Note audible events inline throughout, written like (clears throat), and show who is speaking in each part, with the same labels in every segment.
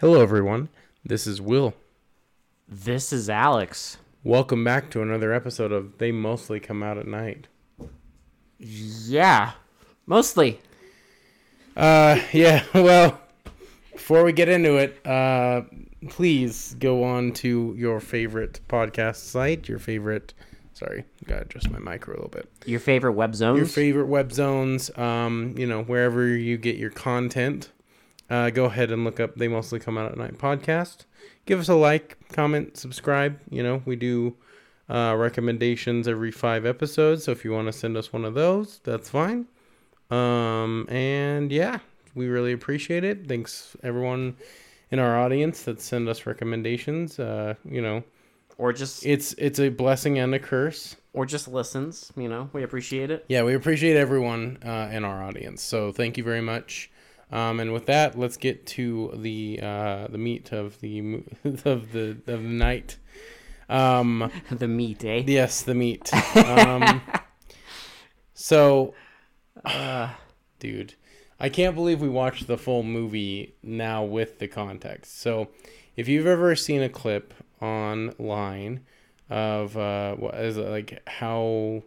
Speaker 1: Hello, everyone. This is Will.
Speaker 2: This is Alex.
Speaker 1: Welcome back to another episode of They Mostly Come Out at Night. (laughs)
Speaker 2: Yeah, mostly.
Speaker 1: Uh, yeah, well, before we get into it, uh, please go on to your favorite podcast site, your favorite. Sorry, gotta adjust my mic a little bit.
Speaker 2: Your favorite web zones?
Speaker 1: Your favorite web zones, um, you know, wherever you get your content. Uh, go ahead and look up They Mostly Come Out at Night podcast. Give us a like, comment, subscribe. You know, we do uh, recommendations every five episodes. So if you want to send us one of those, that's fine. Um, and yeah, we really appreciate it. Thanks, everyone in our audience that send us recommendations. Uh, you know,
Speaker 2: or just
Speaker 1: it's it's a blessing and a curse.
Speaker 2: or just listens, you know. We appreciate it. (laughs)
Speaker 1: Yeah, we appreciate everyone uh, in our audience. So thank you very much. Um, and with that, let's get to the uh, the meat of the mo- (laughs) of the of the night. Um,
Speaker 2: the meat, eh?
Speaker 1: yes, the
Speaker 2: (laughs)
Speaker 1: meat. Um, so,
Speaker 2: Uh.
Speaker 1: dude, I can't believe we watched the full movie now with the context. So, if you've ever seen a clip online of uh, what is it, like how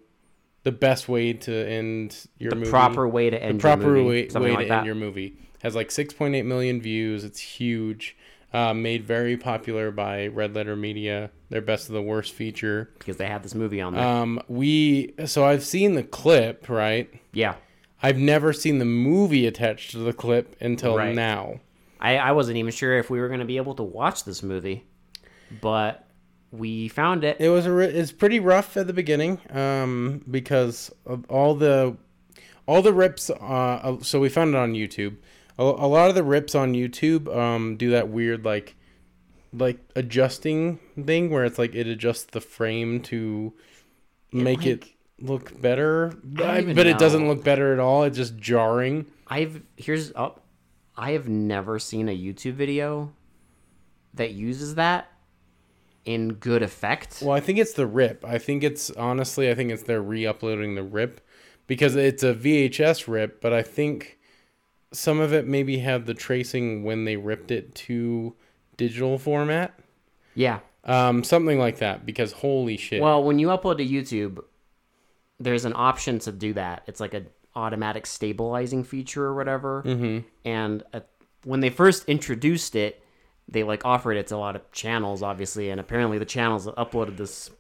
Speaker 1: the best way to end your
Speaker 2: the
Speaker 1: movie,
Speaker 2: proper way to end
Speaker 1: the proper
Speaker 2: your movie,
Speaker 1: way,
Speaker 2: something
Speaker 1: way
Speaker 2: like
Speaker 1: to
Speaker 2: that.
Speaker 1: end your movie has like 6.8 million views it's huge uh, made very popular by red letter media their best of the worst feature
Speaker 2: because they had this movie on there.
Speaker 1: um, we so i've seen the clip right
Speaker 2: yeah.
Speaker 1: i've never seen the movie attached to the clip until
Speaker 2: Right.
Speaker 1: now
Speaker 2: I, I wasn't even sure if we were going to be able to watch this movie, but we found it.
Speaker 1: it was a re- it's pretty rough at the beginning um because of all the all the rips uh uh, so we found it on youtube a, a lot of the rips on youtube um do that weird like like adjusting thing where it's like it adjusts the frame to make it look better
Speaker 2: don't
Speaker 1: I-
Speaker 2: even
Speaker 1: but it doesn't
Speaker 2: know.
Speaker 1: look better at all it's just jarring
Speaker 2: I've here's up. I have never seen a YouTube video that uses that in good effect.
Speaker 1: Well, I think it's the rip. I think it's honestly, I think it's they're re-uploading the rip because it's a VHS rip, but I think some of it maybe had the tracing when they ripped it to digital format,
Speaker 2: yeah.
Speaker 1: um, something like that. Because holy shit,
Speaker 2: Well, when you upload to YouTube, there's an option to do that. It's like a automatic stabilizing feature or whatever. Mm-hmm. And uh when they first introduced it, they like offered it to a lot of channels, obviously, and apparently the channels that uploaded this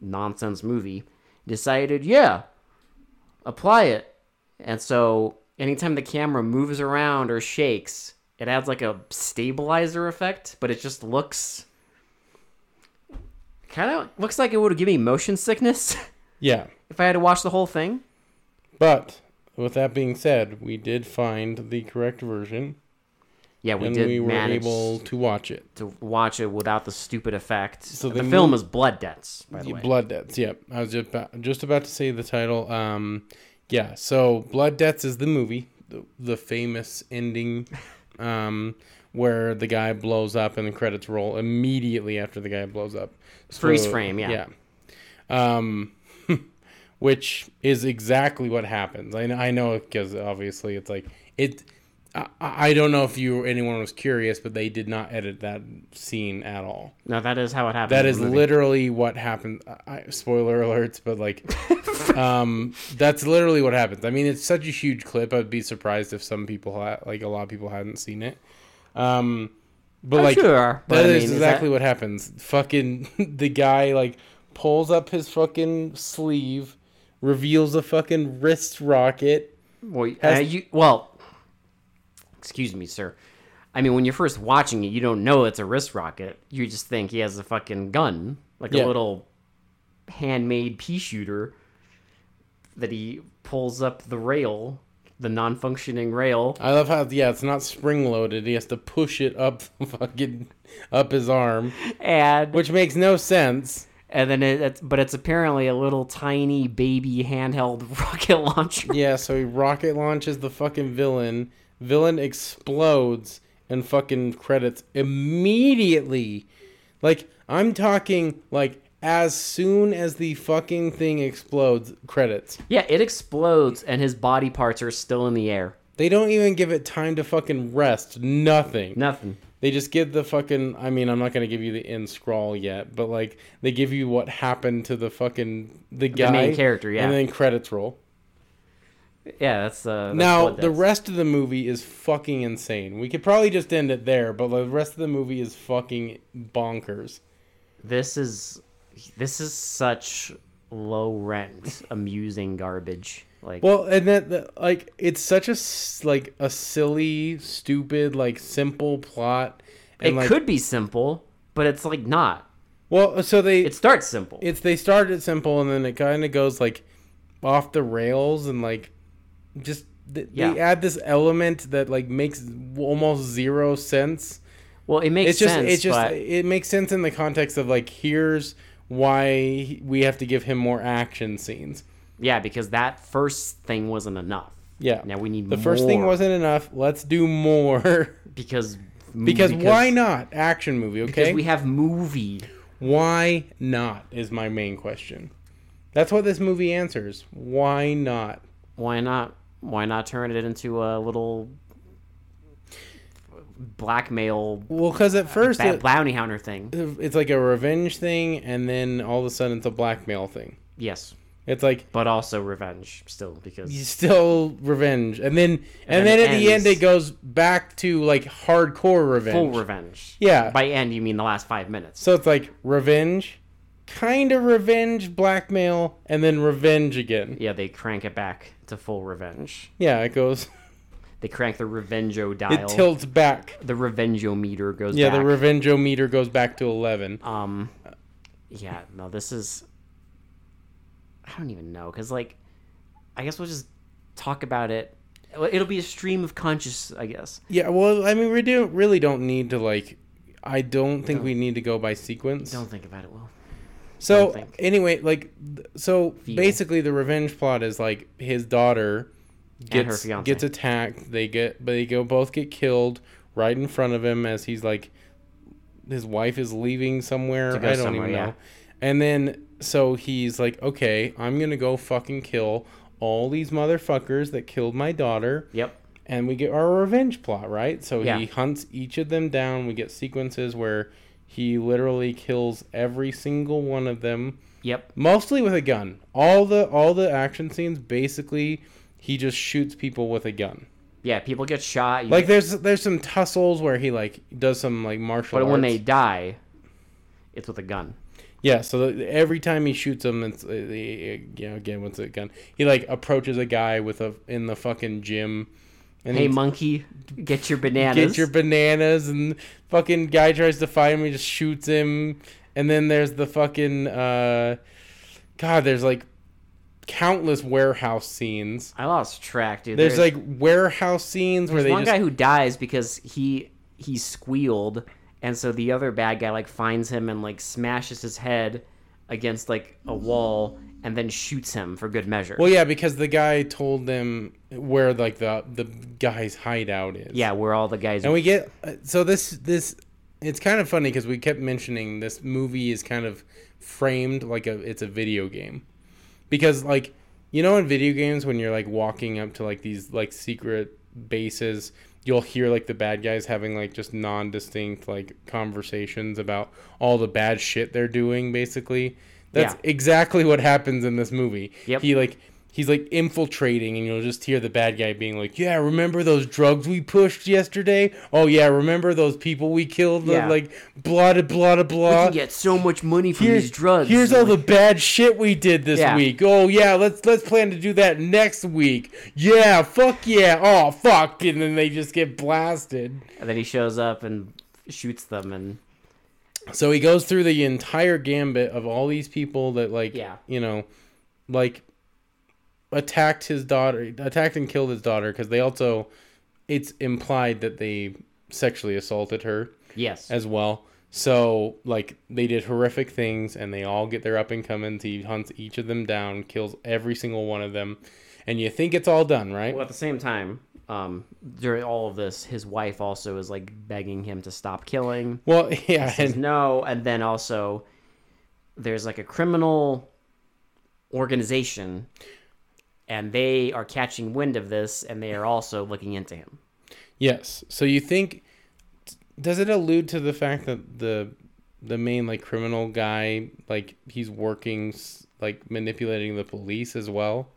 Speaker 2: nonsense movie decided, yeah, apply it. And so anytime the camera moves around or shakes, it adds like a stabilizer effect, but it just looks kind of looks like it would give me motion sickness (laughs)
Speaker 1: yeah.
Speaker 2: if I had to watch the whole thing.
Speaker 1: But with that being said, we did find the correct version,
Speaker 2: Yeah, we
Speaker 1: and
Speaker 2: did
Speaker 1: we were
Speaker 2: manage
Speaker 1: able to watch it.
Speaker 2: to watch it without the stupid effect. So
Speaker 1: they
Speaker 2: the film is Blood Debts, by the way.
Speaker 1: Blood Debts. Yep, I was just about, just about to say the title. Um, yeah. So Blood Debts is the movie, the, the famous
Speaker 2: (laughs)
Speaker 1: ending, um, where the guy blows up and the credits roll immediately after the guy blows up.
Speaker 2: Freeze frame, yeah.
Speaker 1: Yeah. Um, (laughs) which is exactly what happens. I know, I know because obviously it's like it. I, I don't know if you anyone was curious, but they did not edit that scene at all.
Speaker 2: no, that is how it happened.
Speaker 1: That
Speaker 2: in
Speaker 1: is
Speaker 2: the movie.
Speaker 1: literally what happened. I, spoiler alerts, but like, um, that's literally what happens. I mean, it's such a huge clip. I'd be surprised if some people, ha- like a lot of people, hadn't seen it. Um, but
Speaker 2: Oh,
Speaker 1: like,
Speaker 2: sure, but
Speaker 1: that is
Speaker 2: I mean, is
Speaker 1: exactly
Speaker 2: that-
Speaker 1: what happens. Fucking (laughs) the guy like pulls up his fucking sleeve, reveals a fucking wrist rocket.
Speaker 2: Well,
Speaker 1: has-
Speaker 2: uh, you, well, excuse me, sir. I mean, when you're first watching it, you don't know it's a wrist rocket. You just think he has a fucking gun, like
Speaker 1: Yeah.
Speaker 2: a little handmade pea shooter that he pulls up the rail, the non-functioning rail.
Speaker 1: I love how yeah, it's not spring loaded. He has to push it up (laughs) fucking up his arm,
Speaker 2: and
Speaker 1: which makes no sense.
Speaker 2: and then it, it's but it's apparently a little tiny baby handheld (laughs) rocket launcher.
Speaker 1: Yeah, so he rocket launches the fucking villain. Villain explodes and fucking credits immediately. Like I'm talking like as soon as the fucking thing explodes, credits.
Speaker 2: Yeah, it explodes and his body parts are still in the air.
Speaker 1: They don't even give it time to fucking rest. Nothing.
Speaker 2: Nothing.
Speaker 1: They just give the fucking. I mean, I'm not gonna give you the end scroll yet, but like they give you what happened to the fucking the guy,
Speaker 2: main character, yeah.
Speaker 1: and then credits roll.
Speaker 2: Yeah, that's uh. That's
Speaker 1: now
Speaker 2: what it
Speaker 1: the
Speaker 2: does.
Speaker 1: rest of the movie is fucking insane. We could probably just end it there, but the rest of the movie is fucking bonkers.
Speaker 2: This is this is such low rent, amusing garbage. Like
Speaker 1: Well, and that that- like it's such a s- like a silly, stupid, like simple plot. And
Speaker 2: it
Speaker 1: like,
Speaker 2: could be simple, but it's like not.
Speaker 1: Well, so they
Speaker 2: It starts simple.
Speaker 1: it's they started it simple and then it kind of goes like off the rails and like just th-
Speaker 2: Yeah.
Speaker 1: they add this element that like makes almost zero sense.
Speaker 2: well, it makes
Speaker 1: It's just
Speaker 2: sense.
Speaker 1: it's just
Speaker 2: but
Speaker 1: it makes sense in the context of like here's why we have to give him more action scenes.
Speaker 2: yeah, because that first thing wasn't enough.
Speaker 1: Yeah.
Speaker 2: Now we need
Speaker 1: the first thing
Speaker 2: more.
Speaker 1: wasn't enough. Let's do more. (laughs)
Speaker 2: because
Speaker 1: because, why not action movie, okay?
Speaker 2: Because we have movie.
Speaker 1: Why not is my main question. That's what this movie answers. Why not?
Speaker 2: Why not? Why not turn it into a little blackmail
Speaker 1: Well, because at first
Speaker 2: ba-
Speaker 1: it,
Speaker 2: bounty hunter thing?
Speaker 1: it's like a revenge thing, and then all of a sudden it's a blackmail thing.
Speaker 2: Yes,
Speaker 1: It's like
Speaker 2: but also revenge still because
Speaker 1: you still revenge, and then and, then,
Speaker 2: then it
Speaker 1: at the end
Speaker 2: ends.
Speaker 1: it goes back to like hardcore revenge.
Speaker 2: full revenge.
Speaker 1: Yeah.
Speaker 2: By end, you mean the last five minutes.
Speaker 1: so it's like revenge, kind of revenge, blackmail, and then revenge again.
Speaker 2: Yeah, they crank it back to full revenge.
Speaker 1: Yeah, it goes. (laughs)
Speaker 2: They crank the revenjo
Speaker 1: It
Speaker 2: dial.
Speaker 1: tilts back.
Speaker 2: the revenjo meter goes
Speaker 1: Yeah,
Speaker 2: back.
Speaker 1: the revengeometer goes back to eleven.
Speaker 2: Um, yeah, no, this is. I don't even know, cause like, I guess we'll just talk about it. It'll be a stream of conscious, I guess.
Speaker 1: Yeah, well, I mean, we do really don't need to like. I don't think we need to go by sequence.
Speaker 2: Don't think about it. Well,
Speaker 1: so
Speaker 2: don't think.
Speaker 1: anyway, like, th- so
Speaker 2: Feel.
Speaker 1: basically, the revenge plot is like his daughter
Speaker 2: her
Speaker 1: gets
Speaker 2: fiancé.
Speaker 1: gets attacked. They get, but they go both get killed right in front of him as he's like, his wife is leaving somewhere.
Speaker 2: To go
Speaker 1: I don't
Speaker 2: somewhere,
Speaker 1: even
Speaker 2: yeah.
Speaker 1: know. And then so he's like, okay, I'm gonna go fucking kill all these motherfuckers that killed my daughter
Speaker 2: yep.
Speaker 1: and we get our revenge plot, right? So
Speaker 2: Yeah.
Speaker 1: he hunts each of them down. We get sequences where he literally kills every single one of them,
Speaker 2: Yep.
Speaker 1: mostly with a gun. All the all the action scenes basically he just shoots people with a gun.
Speaker 2: Yeah, people get shot. You,
Speaker 1: Like there's there's some tussles where he like does some like martial
Speaker 2: but
Speaker 1: arts.
Speaker 2: when they die, it's with a gun.
Speaker 1: Yeah, so the, every time he shoots him, it's uh, the you know again what's a gun? He like approaches a guy with a in the fucking gym, and
Speaker 2: Hey,
Speaker 1: he
Speaker 2: monkey, get your bananas.
Speaker 1: get your bananas and fucking guy tries to fight him he just shoots him and then there's the fucking uh god there's like countless warehouse scenes
Speaker 2: I lost track, dude.
Speaker 1: there's, like warehouse scenes where
Speaker 2: there's
Speaker 1: they
Speaker 2: one
Speaker 1: just
Speaker 2: guy who dies because he he squealed and so the other bad guy like finds him and like smashes his head against like a wall and then shoots him for good measure
Speaker 1: well yeah because the guy told them where like the the guy's hideout is
Speaker 2: yeah where all the guys
Speaker 1: and we get uh, so this this it's kind of funny because we kept mentioning this movie is kind of framed like a it's a video game because like you know in video games when you're like walking up to like these like secret bases you'll hear like the bad guys having like just non-distinct like conversations about all the bad shit they're doing basically that's
Speaker 2: Yeah.
Speaker 1: exactly what happens in this movie
Speaker 2: Yep.
Speaker 1: he like he's like infiltrating and you'll just hear the bad guy being like yeah remember those drugs we pushed yesterday oh yeah remember those people we killed
Speaker 2: Yeah.
Speaker 1: like blah da blah da
Speaker 2: we
Speaker 1: blah
Speaker 2: can get so much money from these drugs
Speaker 1: Here's all the bad shit we did this
Speaker 2: Yeah.
Speaker 1: week. Oh yeah, let's let's plan to do that next week. Yeah, fuck yeah. Oh fuck, and then they just get blasted.
Speaker 2: and then he shows up and shoots them and
Speaker 1: So he goes through the entire gambit of all these people that like
Speaker 2: Yeah.
Speaker 1: you know, like attacked his daughter, attacked and killed his daughter because they also it's implied that they sexually assaulted her.
Speaker 2: yes
Speaker 1: as well. So like they did horrific things, and they all get their up and comings. He hunts each of them down, kills every single one of them, and you think it's all done, right?
Speaker 2: well at the same time um during all of this his wife also is like begging him to stop killing
Speaker 1: Well, (laughs) yeah,
Speaker 2: says
Speaker 1: and
Speaker 2: no, and then also there's like a criminal organization, and they are catching wind of this, and they are also looking into him.
Speaker 1: yes. So you think Does it allude to the fact that the the main like criminal guy like he's working s- like manipulating the police as well?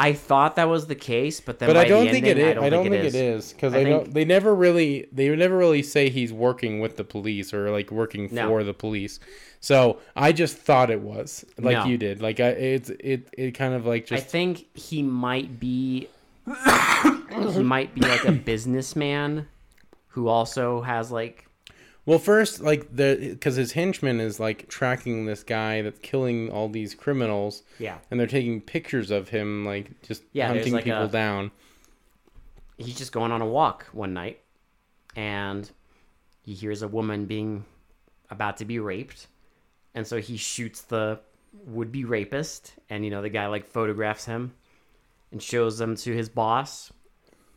Speaker 2: I thought that was the case, but then
Speaker 1: But
Speaker 2: by
Speaker 1: I don't
Speaker 2: the
Speaker 1: think
Speaker 2: ending,
Speaker 1: it is. I don't think it is because
Speaker 2: I
Speaker 1: I don't.
Speaker 2: think-
Speaker 1: They never really. They never really say he's working with the police or like working
Speaker 2: No.
Speaker 1: for the police. So I just thought it was like
Speaker 2: No.
Speaker 1: you did. Like I, it's it it kind of like
Speaker 2: I
Speaker 1: just
Speaker 2: think he might be (coughs) he might be like a businessman who also has like
Speaker 1: Well, first, like the because his henchman is like tracking this guy that's killing all these criminals,
Speaker 2: yeah
Speaker 1: and they're taking pictures of him, like just
Speaker 2: Yeah, there's,
Speaker 1: hunting
Speaker 2: like,
Speaker 1: people
Speaker 2: a-
Speaker 1: down.
Speaker 2: he's just going on a walk one night and he hears a woman being about to be raped and so he shoots the would be rapist and you know the guy like photographs him and shows them to his boss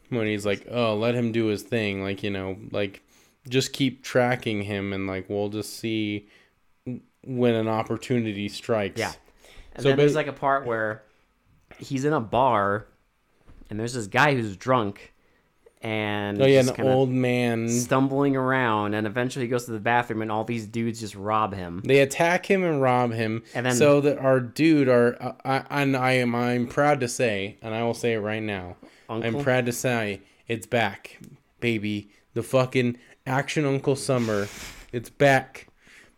Speaker 1: When he's like, "Oh, let him do his thing," like you know, like just keep tracking him, and like we'll just see when an opportunity strikes.
Speaker 2: Yeah. And
Speaker 1: So
Speaker 2: then there's
Speaker 1: ba-
Speaker 2: like a part where he's in a bar and there's this guy who's drunk and
Speaker 1: Oh yeah,
Speaker 2: just
Speaker 1: an
Speaker 2: kinda
Speaker 1: old man.
Speaker 2: stumbling around and eventually he goes to the bathroom and all these dudes just rob him.
Speaker 1: They attack him and rob him.
Speaker 2: And then-
Speaker 1: so that our dude, our I, I, and I am, I'm proud to say, and I will say it right now,
Speaker 2: Uncle?
Speaker 1: I'm proud to say it's back, baby. The fucking action Uncle Summer, it's back,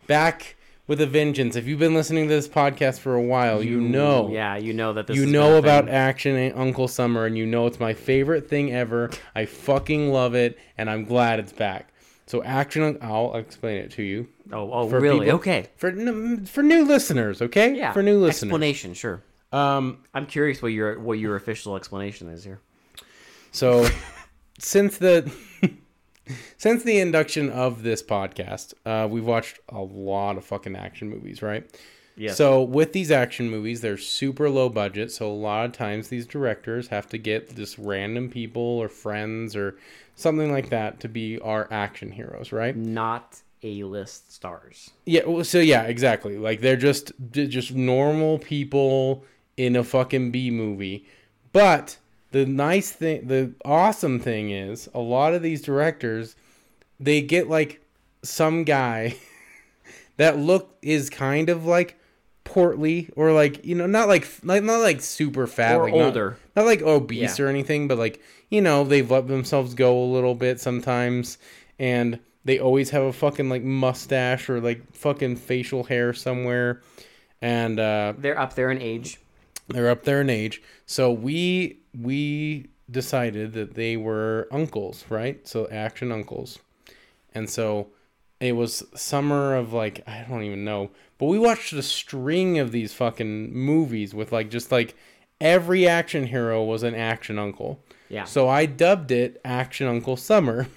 Speaker 1: back with a vengeance. If you've been listening to this podcast for a while, you, know,
Speaker 2: Yeah, you know that this
Speaker 1: you
Speaker 2: is
Speaker 1: know
Speaker 2: gonna
Speaker 1: about
Speaker 2: thing.
Speaker 1: action eh, Uncle Summer, and you know it's my favorite thing ever. I fucking love it, and I'm glad it's back. So action, I'll explain it to you
Speaker 2: Oh, oh
Speaker 1: for
Speaker 2: really?
Speaker 1: people-
Speaker 2: okay.
Speaker 1: for n- for new listeners, okay?
Speaker 2: Yeah.
Speaker 1: For new listeners.
Speaker 2: Explanation, sure.
Speaker 1: Um
Speaker 2: I'm curious what your what your official explanation is here.
Speaker 1: so since the (laughs) since the induction of this podcast, uh we've watched a lot of fucking action movies, right?
Speaker 2: Yes.
Speaker 1: So with these action movies, they're super low budget, so a lot of times these directors have to get just random people or friends or something like that to be our action heroes, right?
Speaker 2: Not A list stars.
Speaker 1: Yeah. Well, so yeah, exactly. Like they're just they're just normal people in a fucking B movie. But the nice thing, the awesome thing is, a lot of these directors, they get like some guy (laughs) that look is kind of like portly or like you know not like like not like super fat
Speaker 2: Or
Speaker 1: like, not-
Speaker 2: older.
Speaker 1: not like obese or anything, but like you know they've let themselves go a little bit sometimes, and they always have a fucking like mustache or like fucking facial hair somewhere, and uh,
Speaker 2: They're up there in age.
Speaker 1: they're up there in age. So we we decided that they were uncles, right? So action uncles, and so it was summer of like I don't even know, but we watched a string of these fucking movies with like just like every action hero was an action uncle.
Speaker 2: Yeah.
Speaker 1: So I dubbed it Action Uncle Summer.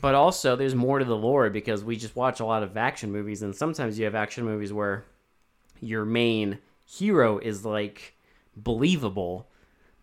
Speaker 2: But also, there's more to the lore because we just watch a lot of action movies, and sometimes you have action movies where your main hero is like believable,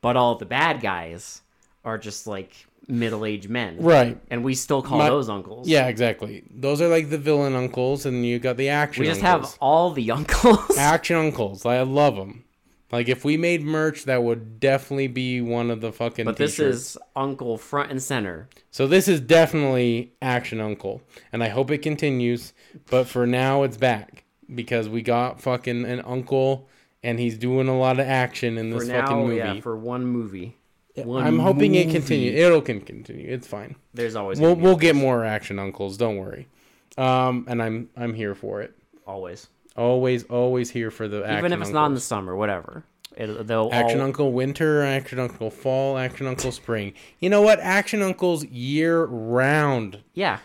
Speaker 2: but all the bad guys are just like middle aged men.
Speaker 1: Right.
Speaker 2: And we still call
Speaker 1: My-
Speaker 2: those uncles.
Speaker 1: Yeah, exactly. Those are like the villain uncles, and you got the action.
Speaker 2: We just
Speaker 1: uncles.
Speaker 2: have all the uncles.
Speaker 1: Action Uncles. I love them. Like if we made merch, that would definitely be one of the fucking.
Speaker 2: but (laughs) this
Speaker 1: t-shirts.
Speaker 2: is Uncle front and center.
Speaker 1: so. This is definitely Action Uncle, and I hope it continues. But for now, it's back because we got fucking an uncle, and he's doing a lot of action in
Speaker 2: For
Speaker 1: this
Speaker 2: now,
Speaker 1: fucking movie.
Speaker 2: yeah, for one movie. One
Speaker 1: I'm hoping it
Speaker 2: movie.
Speaker 1: continues. It'll can continue. It's fine.
Speaker 2: There's always
Speaker 1: We'll
Speaker 2: gonna be-
Speaker 1: we'll get more Action Uncles. Don't worry. Um, and I'm I'm here for it.
Speaker 2: always,
Speaker 1: Always always here for the action
Speaker 2: even if it's
Speaker 1: uncles.
Speaker 2: not in the summer, whatever. It, they'll
Speaker 1: Action
Speaker 2: all,
Speaker 1: Uncle Winter, Action Uncle Fall, Action Uncle Spring. You know what? Action Uncle's year round.
Speaker 2: Yeah.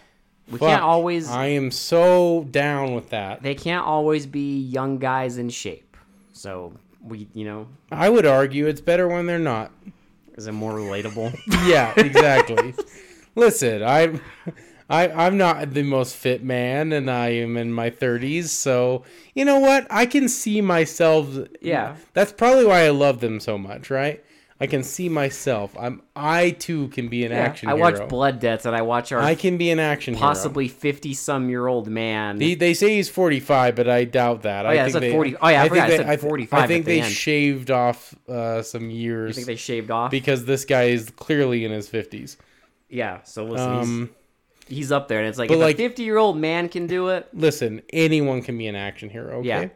Speaker 2: We
Speaker 1: Fuck.
Speaker 2: can't always
Speaker 1: I am so down with that.
Speaker 2: they can't always be young guys in shape. So we you know,
Speaker 1: I would argue it's better when they're not.
Speaker 2: is it more relatable? (laughs)
Speaker 1: Yeah, exactly. Listen, I, I, I'm not the most fit man, and I am in my 30s. So you know what? I can see myself.
Speaker 2: Yeah.
Speaker 1: that's probably why I love them so much, right? I can see myself. I'm. I too can be an (laughs) action.
Speaker 2: I
Speaker 1: hero.
Speaker 2: watch Blood Debts and I watch our
Speaker 1: I can be an action hero.
Speaker 2: possibly fifty some year old man.
Speaker 1: They, they say he's 45, but I doubt that. I
Speaker 2: yeah, it
Speaker 1: think
Speaker 2: said
Speaker 1: they,
Speaker 2: 40 oh, yeah, I forgot, it
Speaker 1: they-
Speaker 2: said
Speaker 1: I th-
Speaker 2: 45
Speaker 1: I think
Speaker 2: at the
Speaker 1: they
Speaker 2: end.
Speaker 1: shaved off uh, some years
Speaker 2: I think they shaved off.
Speaker 1: because this guy is clearly in his 50s.
Speaker 2: yeah, so listen, he's-
Speaker 1: Um,
Speaker 2: he's up there, and it's like
Speaker 1: But,
Speaker 2: if
Speaker 1: like-
Speaker 2: a fifty year old man can do it.
Speaker 1: Listen, anyone can be an action hero. Okay?
Speaker 2: Yeah.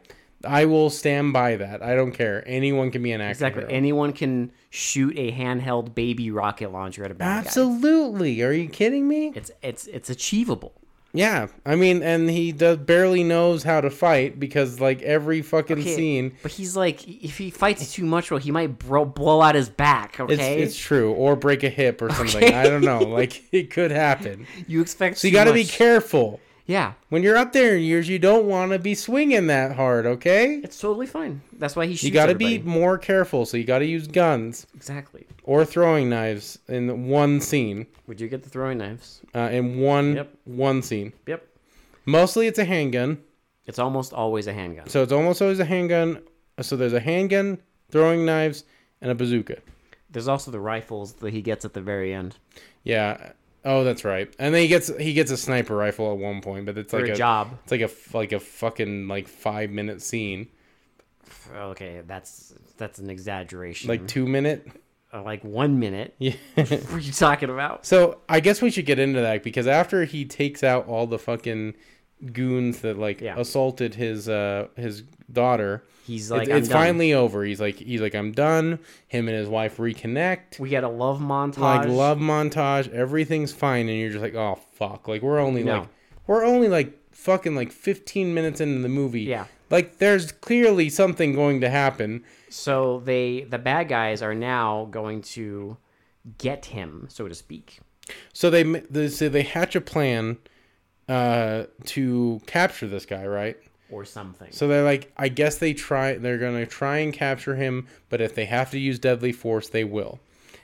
Speaker 1: I will stand by that. I don't care. Anyone can be an action
Speaker 2: Exactly.
Speaker 1: hero.
Speaker 2: Anyone can shoot a handheld baby rocket launcher at a bad guy.
Speaker 1: Absolutely. Are you kidding me?
Speaker 2: It's it's it's achievable.
Speaker 1: Yeah. I mean, and he does barely knows how to fight because like every fucking
Speaker 2: Okay,
Speaker 1: scene
Speaker 2: But he's like, if he fights too much, well, he might bro- blow out his back.
Speaker 1: it's
Speaker 2: Okay,
Speaker 1: it's true or break a hip or something.
Speaker 2: Okay.
Speaker 1: I don't
Speaker 2: (laughs)
Speaker 1: know. Like it could happen.
Speaker 2: you expect
Speaker 1: So you
Speaker 2: too
Speaker 1: got to be
Speaker 2: much.
Speaker 1: careful.
Speaker 2: Yeah,
Speaker 1: When you're up there in years, you don't want to be swinging that hard, okay?
Speaker 2: it's totally fine. That's why he shoots.
Speaker 1: You got to be
Speaker 2: everybody.
Speaker 1: more careful. So you got to use guns
Speaker 2: exactly.
Speaker 1: or throwing knives in one scene,
Speaker 2: Would you get the throwing knives?
Speaker 1: uh, in one
Speaker 2: Yep.
Speaker 1: one scene.
Speaker 2: Yep.
Speaker 1: Mostly it's a handgun.
Speaker 2: It's almost always a handgun.
Speaker 1: So it's almost always a handgun. So there's a handgun, throwing knives, and a bazooka.
Speaker 2: There's also the rifles that he gets at the very end
Speaker 1: Yeah. Oh, that's right. And then he gets he gets a sniper rifle at one point, but it's
Speaker 2: for
Speaker 1: like
Speaker 2: a,
Speaker 1: a,
Speaker 2: job.
Speaker 1: it's like a f- like a fucking like 5 minute scene.
Speaker 2: Okay, that's that's an exaggeration.
Speaker 1: Like 2 minute. (laughs)
Speaker 2: Uh, like one minute.
Speaker 1: Yeah.
Speaker 2: (laughs) what are you talking about?
Speaker 1: So I guess we should get into that because after he takes out all the fucking goons that like
Speaker 2: Yeah.
Speaker 1: assaulted his uh his daughter,
Speaker 2: He's like,
Speaker 1: it's,
Speaker 2: I'm
Speaker 1: it's
Speaker 2: done.
Speaker 1: finally over. He's like he's like I'm done. Him and his wife reconnect.
Speaker 2: We got a love montage.
Speaker 1: Like love montage, everything's fine, and you're just like, oh fuck, like we're only
Speaker 2: No.
Speaker 1: like we're only like fucking like 15 minutes into the movie.
Speaker 2: Yeah.
Speaker 1: Like there's clearly something going to happen.
Speaker 2: So they the bad guys are now going to get him, so to speak.
Speaker 1: So they m- they so they hatch a plan uh to capture this guy, right?
Speaker 2: Or something.
Speaker 1: So they're like, I guess they try. They're gonna try and capture him, but if they have to use deadly force, they will.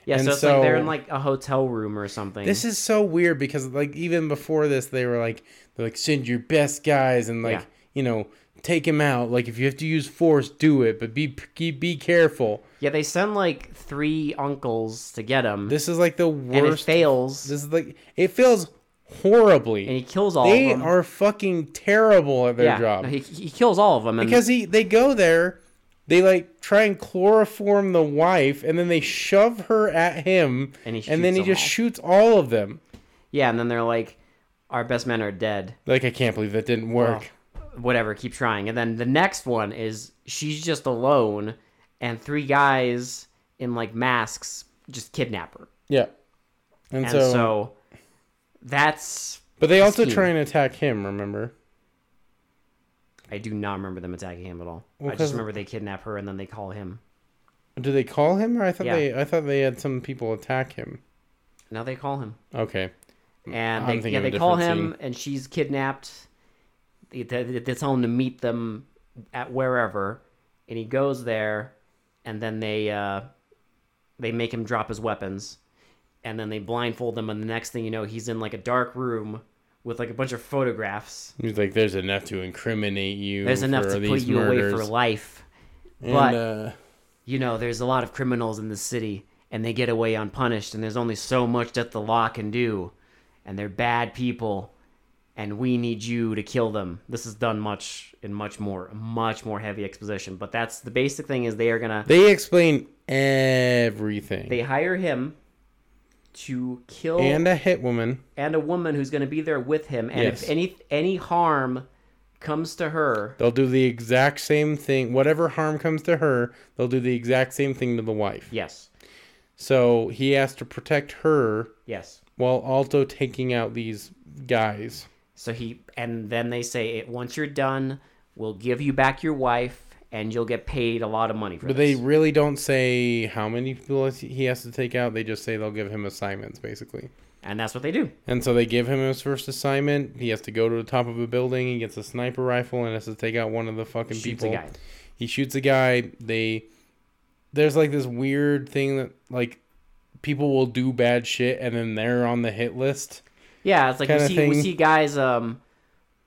Speaker 2: yeah,
Speaker 1: and
Speaker 2: so it's like they're
Speaker 1: so-
Speaker 2: in like a hotel room or something.
Speaker 1: This is so weird because like even before this, they were like, they're like, send your best guys and like
Speaker 2: Yeah.
Speaker 1: you know take him out. Like if you have to use force, do it, but be be, be careful.
Speaker 2: yeah, they send like three uncles to get him.
Speaker 1: This is like the
Speaker 2: and it
Speaker 1: worst.
Speaker 2: fails.
Speaker 1: This is like it feels horribly.
Speaker 2: and he kills all
Speaker 1: they
Speaker 2: of them.
Speaker 1: are fucking terrible at their
Speaker 2: yeah,
Speaker 1: job.
Speaker 2: no, he, he kills all of them. And
Speaker 1: because he they go there they like try and chloroform the wife and then they shove her at him
Speaker 2: And
Speaker 1: then
Speaker 2: he shoots
Speaker 1: he
Speaker 2: them
Speaker 1: just
Speaker 2: all.
Speaker 1: shoots all of them
Speaker 2: yeah, and then they're like, our best men are dead.
Speaker 1: like i can't believe that didn't work
Speaker 2: Whatever, keep trying. And then the next one is she's just alone, and three guys in like masks just kidnap her.
Speaker 1: yeah and,
Speaker 2: And
Speaker 1: so,
Speaker 2: so, that's
Speaker 1: but they also
Speaker 2: scheme.
Speaker 1: try and attack him remember
Speaker 2: I do not remember them attacking him at all. I
Speaker 1: 'cause-
Speaker 2: just remember they kidnap her and then they call him.
Speaker 1: do they call him or i thought
Speaker 2: Yeah.
Speaker 1: they i thought they had some people attack him
Speaker 2: Now they call him.
Speaker 1: okay I'm
Speaker 2: And they,
Speaker 1: thinking
Speaker 2: yeah,
Speaker 1: of a
Speaker 2: they call
Speaker 1: different
Speaker 2: him and she's kidnapped. They, they, they tell him to meet them at wherever and he goes there and then they uh, they make him drop his weapons and then they blindfold him and the next thing you know he's in like a dark room with like a bunch of photographs.
Speaker 1: he's like there's enough to incriminate you
Speaker 2: There's enough to put you away for life.
Speaker 1: and,
Speaker 2: but-
Speaker 1: uh,
Speaker 2: you know, there's a lot of criminals in the city and they get away unpunished and there's only so much that the law can do and they're bad people and we need you to kill them. This is done much in much more much more heavy exposition, but that's the basic thing is they are going to
Speaker 1: they explain everything
Speaker 2: they hire him to kill
Speaker 1: and a hit woman
Speaker 2: and a woman who's going to be there with him and
Speaker 1: Yes.
Speaker 2: if any any harm comes to her,
Speaker 1: They'll do the exact same thing. Whatever harm comes to her, they'll do the exact same thing to the wife.
Speaker 2: yes.
Speaker 1: So he has to protect her
Speaker 2: Yes.
Speaker 1: while also taking out these guys.
Speaker 2: So he and then they say it once you're done, we'll give you back your wife and you'll get paid a lot of money for
Speaker 1: But they
Speaker 2: this.
Speaker 1: really don't say how many people he has to take out. They just say they'll give him assignments, basically.
Speaker 2: and that's what they do.
Speaker 1: And so they give him his first assignment. He has to go to the top of a building. He gets a sniper rifle and has to take out one of the fucking
Speaker 2: Shoots
Speaker 1: people.
Speaker 2: a guy.
Speaker 1: He shoots a guy. They there's like this weird thing that like people will do bad shit and then they're on the hit list.
Speaker 2: Yeah, it's like we
Speaker 1: Kinda
Speaker 2: see
Speaker 1: thing.
Speaker 2: we see guys um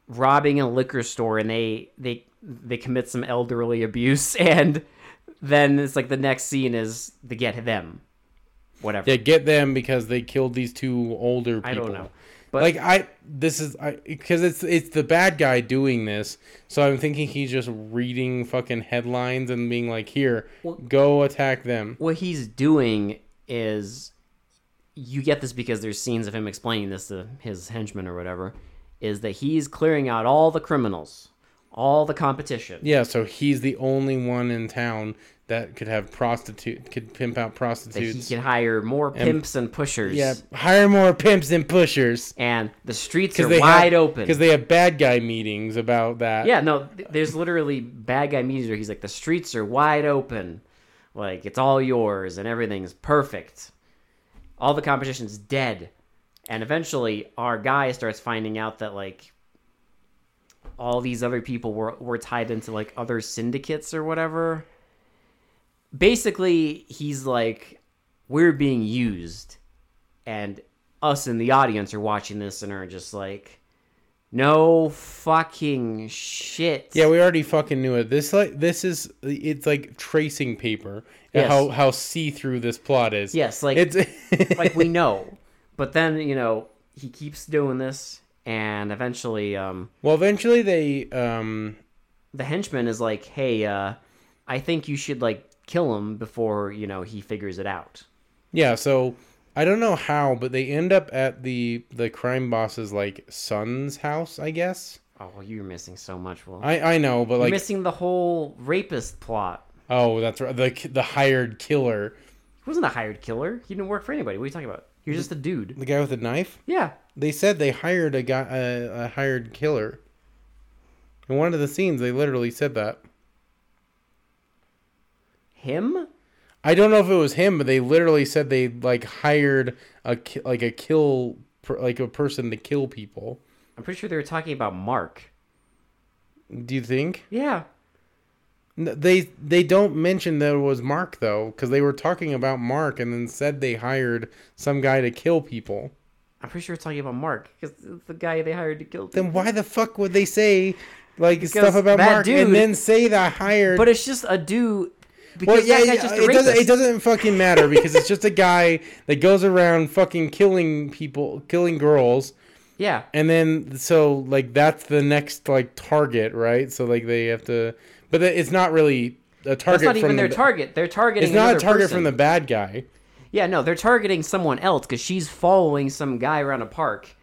Speaker 2: robbing a liquor store and they they they commit some elderly abuse (laughs) and then it's like the next scene is they get them. Whatever.
Speaker 1: Yeah, get them because they killed these two older people.
Speaker 2: I don't know. But
Speaker 1: like I this is I because it's it's the bad guy doing this. So I'm thinking he's just reading fucking headlines and being like, "Here,
Speaker 2: Well-
Speaker 1: go attack them."
Speaker 2: what he's doing is you get this because there's scenes of him explaining this to his henchmen or whatever, is that he's clearing out all the criminals, all the competition.
Speaker 1: Yeah, so he's the only one in town that could have prostitute could pimp out
Speaker 2: that he
Speaker 1: prostitutes.
Speaker 2: can hire more pimps and pushers.
Speaker 1: Yeah, hire more pimps and pushers
Speaker 2: And the streets are
Speaker 1: they
Speaker 2: wide
Speaker 1: have,
Speaker 2: open.
Speaker 1: because they have bad guy meetings about that.
Speaker 2: Yeah, no, th- there's literally bad guy meetings where he's like, the streets are wide open, like it's all yours and everything's perfect. All the competition's dead, and eventually our guy starts finding out that like all these other people were were tied into like other syndicates or whatever. Basically, he's like, we're being used, and us in the audience are watching this and are just like. No fucking shit.
Speaker 1: Yeah, we already fucking knew it. This like this is it's like tracing paper. and
Speaker 2: Yes.
Speaker 1: How how see through this plot is.
Speaker 2: Yes, like
Speaker 1: It's (laughs)
Speaker 2: (laughs) like we know. But then, you know, he keeps doing this and eventually um
Speaker 1: well, eventually they um
Speaker 2: the henchman is like, "Hey, uh I think you should like kill him before, you know, he figures it out."
Speaker 1: yeah. So I don't know how, but they end up at the the crime boss's like son's house. I guess
Speaker 2: Oh, well, you're missing so much. Well,
Speaker 1: I I know, but
Speaker 2: you're
Speaker 1: like
Speaker 2: missing the whole rapist plot.
Speaker 1: oh that's right the the hired killer
Speaker 2: He wasn't a hired killer. He didn't work for anybody. What are you talking about? He was just a dude.
Speaker 1: the guy with the knife.
Speaker 2: Yeah.
Speaker 1: They said they hired a guy a, a hired killer. In one of the scenes, they literally said that.
Speaker 2: Him?
Speaker 1: I don't know if it was him, but they literally said they like hired a ki- like a kill per, like a person to kill people.
Speaker 2: I'm pretty sure they were talking about Mark.
Speaker 1: Do you think
Speaker 2: Yeah.
Speaker 1: N- they they don't mention that it was Mark though, because they were talking about Mark and then said they hired some guy to kill people.
Speaker 2: I'm pretty sure they're talking about Mark because the guy they hired to kill.
Speaker 1: Then why the fuck would they say like stuff about
Speaker 2: that
Speaker 1: Mark
Speaker 2: dude-
Speaker 1: and then say they hired?
Speaker 2: But it's just a dude.
Speaker 1: well,
Speaker 2: Because
Speaker 1: yeah,
Speaker 2: that guy's
Speaker 1: yeah,
Speaker 2: just a
Speaker 1: it doesn't it
Speaker 2: rapist.
Speaker 1: doesn't fucking matter because it's just a guy that goes around fucking killing people, killing girls.
Speaker 2: Yeah.
Speaker 1: And then so like that's the next like target, right? So like they have to, but the- it's not really a target.
Speaker 2: That's not
Speaker 1: from
Speaker 2: even
Speaker 1: the,
Speaker 2: their target. They're targeting.
Speaker 1: It's not a
Speaker 2: another
Speaker 1: target
Speaker 2: person.
Speaker 1: from the bad guy.
Speaker 2: Yeah, no, they're targeting someone else because she's following some guy around a park,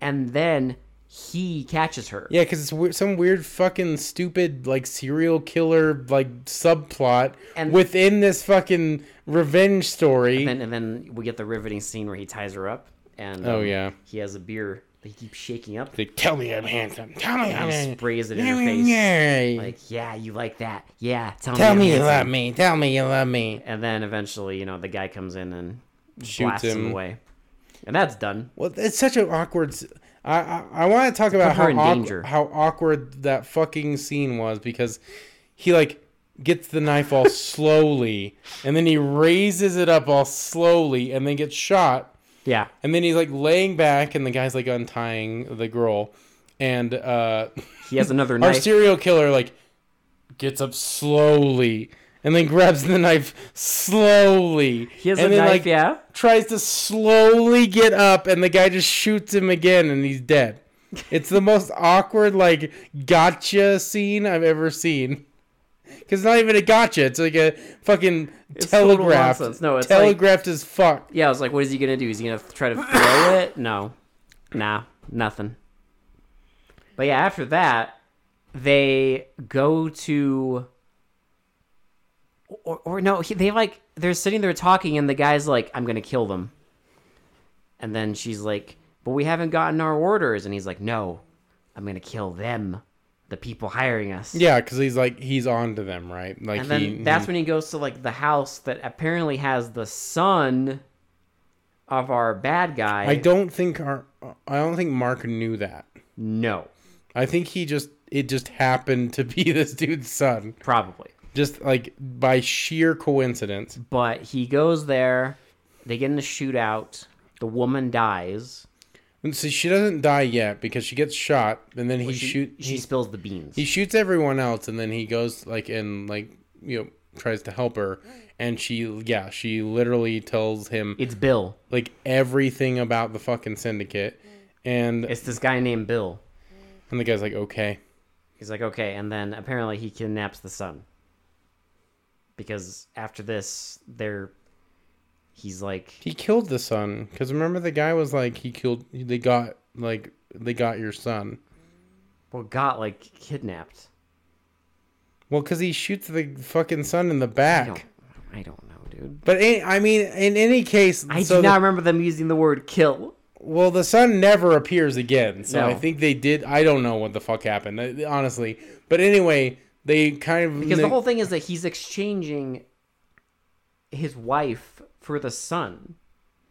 Speaker 2: and then he catches her.
Speaker 1: Yeah, because it's we- some weird fucking stupid like serial killer like subplot
Speaker 2: And-
Speaker 1: within this fucking revenge story.
Speaker 2: And, and then we get the riveting scene where he ties her up, and
Speaker 1: oh
Speaker 2: um,
Speaker 1: yeah,
Speaker 2: he has a beer that he keeps shaking up.
Speaker 1: they tell me I'm handsome. Tell me I'm
Speaker 2: And he
Speaker 1: handsome.
Speaker 2: sprays it in her face.
Speaker 1: Like,
Speaker 2: Like, yeah, you like that? Yeah, tell,
Speaker 1: tell
Speaker 2: me,
Speaker 1: me
Speaker 2: I'm
Speaker 1: you love
Speaker 2: handsome."
Speaker 1: me. Tell me you love me.
Speaker 2: And then eventually, you know, the guy comes in and
Speaker 1: Shoots
Speaker 2: blasts him
Speaker 1: him.
Speaker 2: away, and that's done.
Speaker 1: Well, it's such an awkward. s- I I, I want to talk about
Speaker 2: her
Speaker 1: how
Speaker 2: in
Speaker 1: awk-
Speaker 2: danger.
Speaker 1: how awkward that fucking scene was because he like gets the knife
Speaker 2: (laughs)
Speaker 1: all slowly and then he raises it up all slowly and then gets shot
Speaker 2: Yeah.
Speaker 1: and then he's like laying back and the guy's like untying the girl and uh
Speaker 2: He has another
Speaker 1: our
Speaker 2: knife.
Speaker 1: serial killer like gets up slowly and then grabs the knife slowly
Speaker 2: he has
Speaker 1: and
Speaker 2: a
Speaker 1: then
Speaker 2: knife,
Speaker 1: like
Speaker 2: yeah.
Speaker 1: tries to slowly get up and the guy just shoots him again and he's dead. It's the most awkward like gotcha scene I've ever seen. Cause it's not even a gotcha. It's like a fucking
Speaker 2: total
Speaker 1: telegraphed.
Speaker 2: nonsense. No, it's like-
Speaker 1: telegraphed as fuck.
Speaker 2: Yeah, I was like, what is he gonna do? Is he gonna try to throw it? No. Nah, nothing. But yeah, after that, they go to or, or no, he, they like they're sitting there talking and the guy's like, I'm gonna kill them. And then she's like, But we haven't gotten our orders and he's like, No, I'm gonna kill them. The people hiring us.
Speaker 1: Yeah, because he's like he's on to them, right? Like
Speaker 2: And then
Speaker 1: he,
Speaker 2: that's
Speaker 1: he-
Speaker 2: when he goes to like the house that apparently has the son of our bad guy.
Speaker 1: I don't think our I don't think Mark knew that.
Speaker 2: No,
Speaker 1: I think he just it just happened to be (laughs) this dude's son.
Speaker 2: probably.
Speaker 1: Just like by sheer coincidence.
Speaker 2: But he goes there. They get in a shootout. The woman dies.
Speaker 1: And So she doesn't die yet because she gets shot, and then he
Speaker 2: She,
Speaker 1: shoot
Speaker 2: she
Speaker 1: he,
Speaker 2: spills the beans.
Speaker 1: he shoots everyone else, and then he goes like and like you know tries to help her, and she yeah she literally tells him
Speaker 2: it's Bill.
Speaker 1: like everything about the fucking syndicate, and
Speaker 2: It's this guy named Bill.
Speaker 1: and the guy's like okay
Speaker 2: He's like, okay, and then apparently he kidnaps the son. Because after this, they're he's like
Speaker 1: He killed the son because remember the guy was like he killed. They got like they got your son.
Speaker 2: well got like kidnapped.
Speaker 1: Well, because he shoots the fucking son in the back.
Speaker 2: I don't, I don't know, dude.
Speaker 1: But in, I mean, in any case,
Speaker 2: I
Speaker 1: so
Speaker 2: do not
Speaker 1: the-
Speaker 2: remember them using the word kill.
Speaker 1: well, the sun never appears again. So
Speaker 2: No.
Speaker 1: I think they did. I don't know what the fuck happened, I- honestly. But anyway, they kind of
Speaker 2: Because the whole thing is that he's exchanging his wife for the son.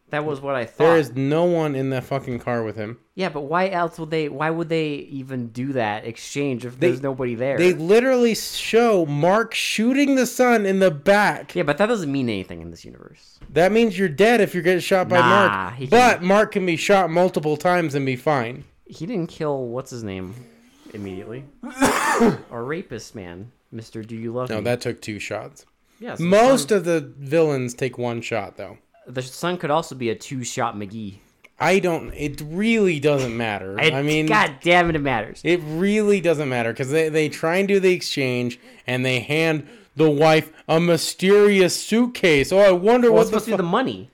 Speaker 2: That was what I thought.
Speaker 1: there is no one in that fucking car with him.
Speaker 2: Yeah, but why else would they? Why would they even do that exchange if there's nobody there?
Speaker 1: They literally show Mark shooting the sun in the back.
Speaker 2: yeah, but that doesn't mean anything in this universe.
Speaker 1: That means you're dead if you're getting shot by
Speaker 2: Nah,
Speaker 1: Mark.
Speaker 2: he
Speaker 1: But Mark can be shot multiple times and be fine.
Speaker 2: He didn't kill what's his name
Speaker 1: (coughs)
Speaker 2: immediately. Our rapist man, Mister. Do you love
Speaker 1: No,
Speaker 2: me?
Speaker 1: that took two shots.
Speaker 2: yeah, so the
Speaker 1: Most
Speaker 2: son-
Speaker 1: of the villains take one shot though.
Speaker 2: the son could also be a two-shot McGee.
Speaker 1: I don't. It really doesn't matter.
Speaker 2: It-
Speaker 1: I mean,
Speaker 2: God damn it, it matters.
Speaker 1: It really doesn't matter because they, they try and do the exchange and they hand the wife a mysterious suitcase. Oh, I wonder
Speaker 2: well, it's
Speaker 1: what the,
Speaker 2: supposed to be
Speaker 1: fu-
Speaker 2: the money.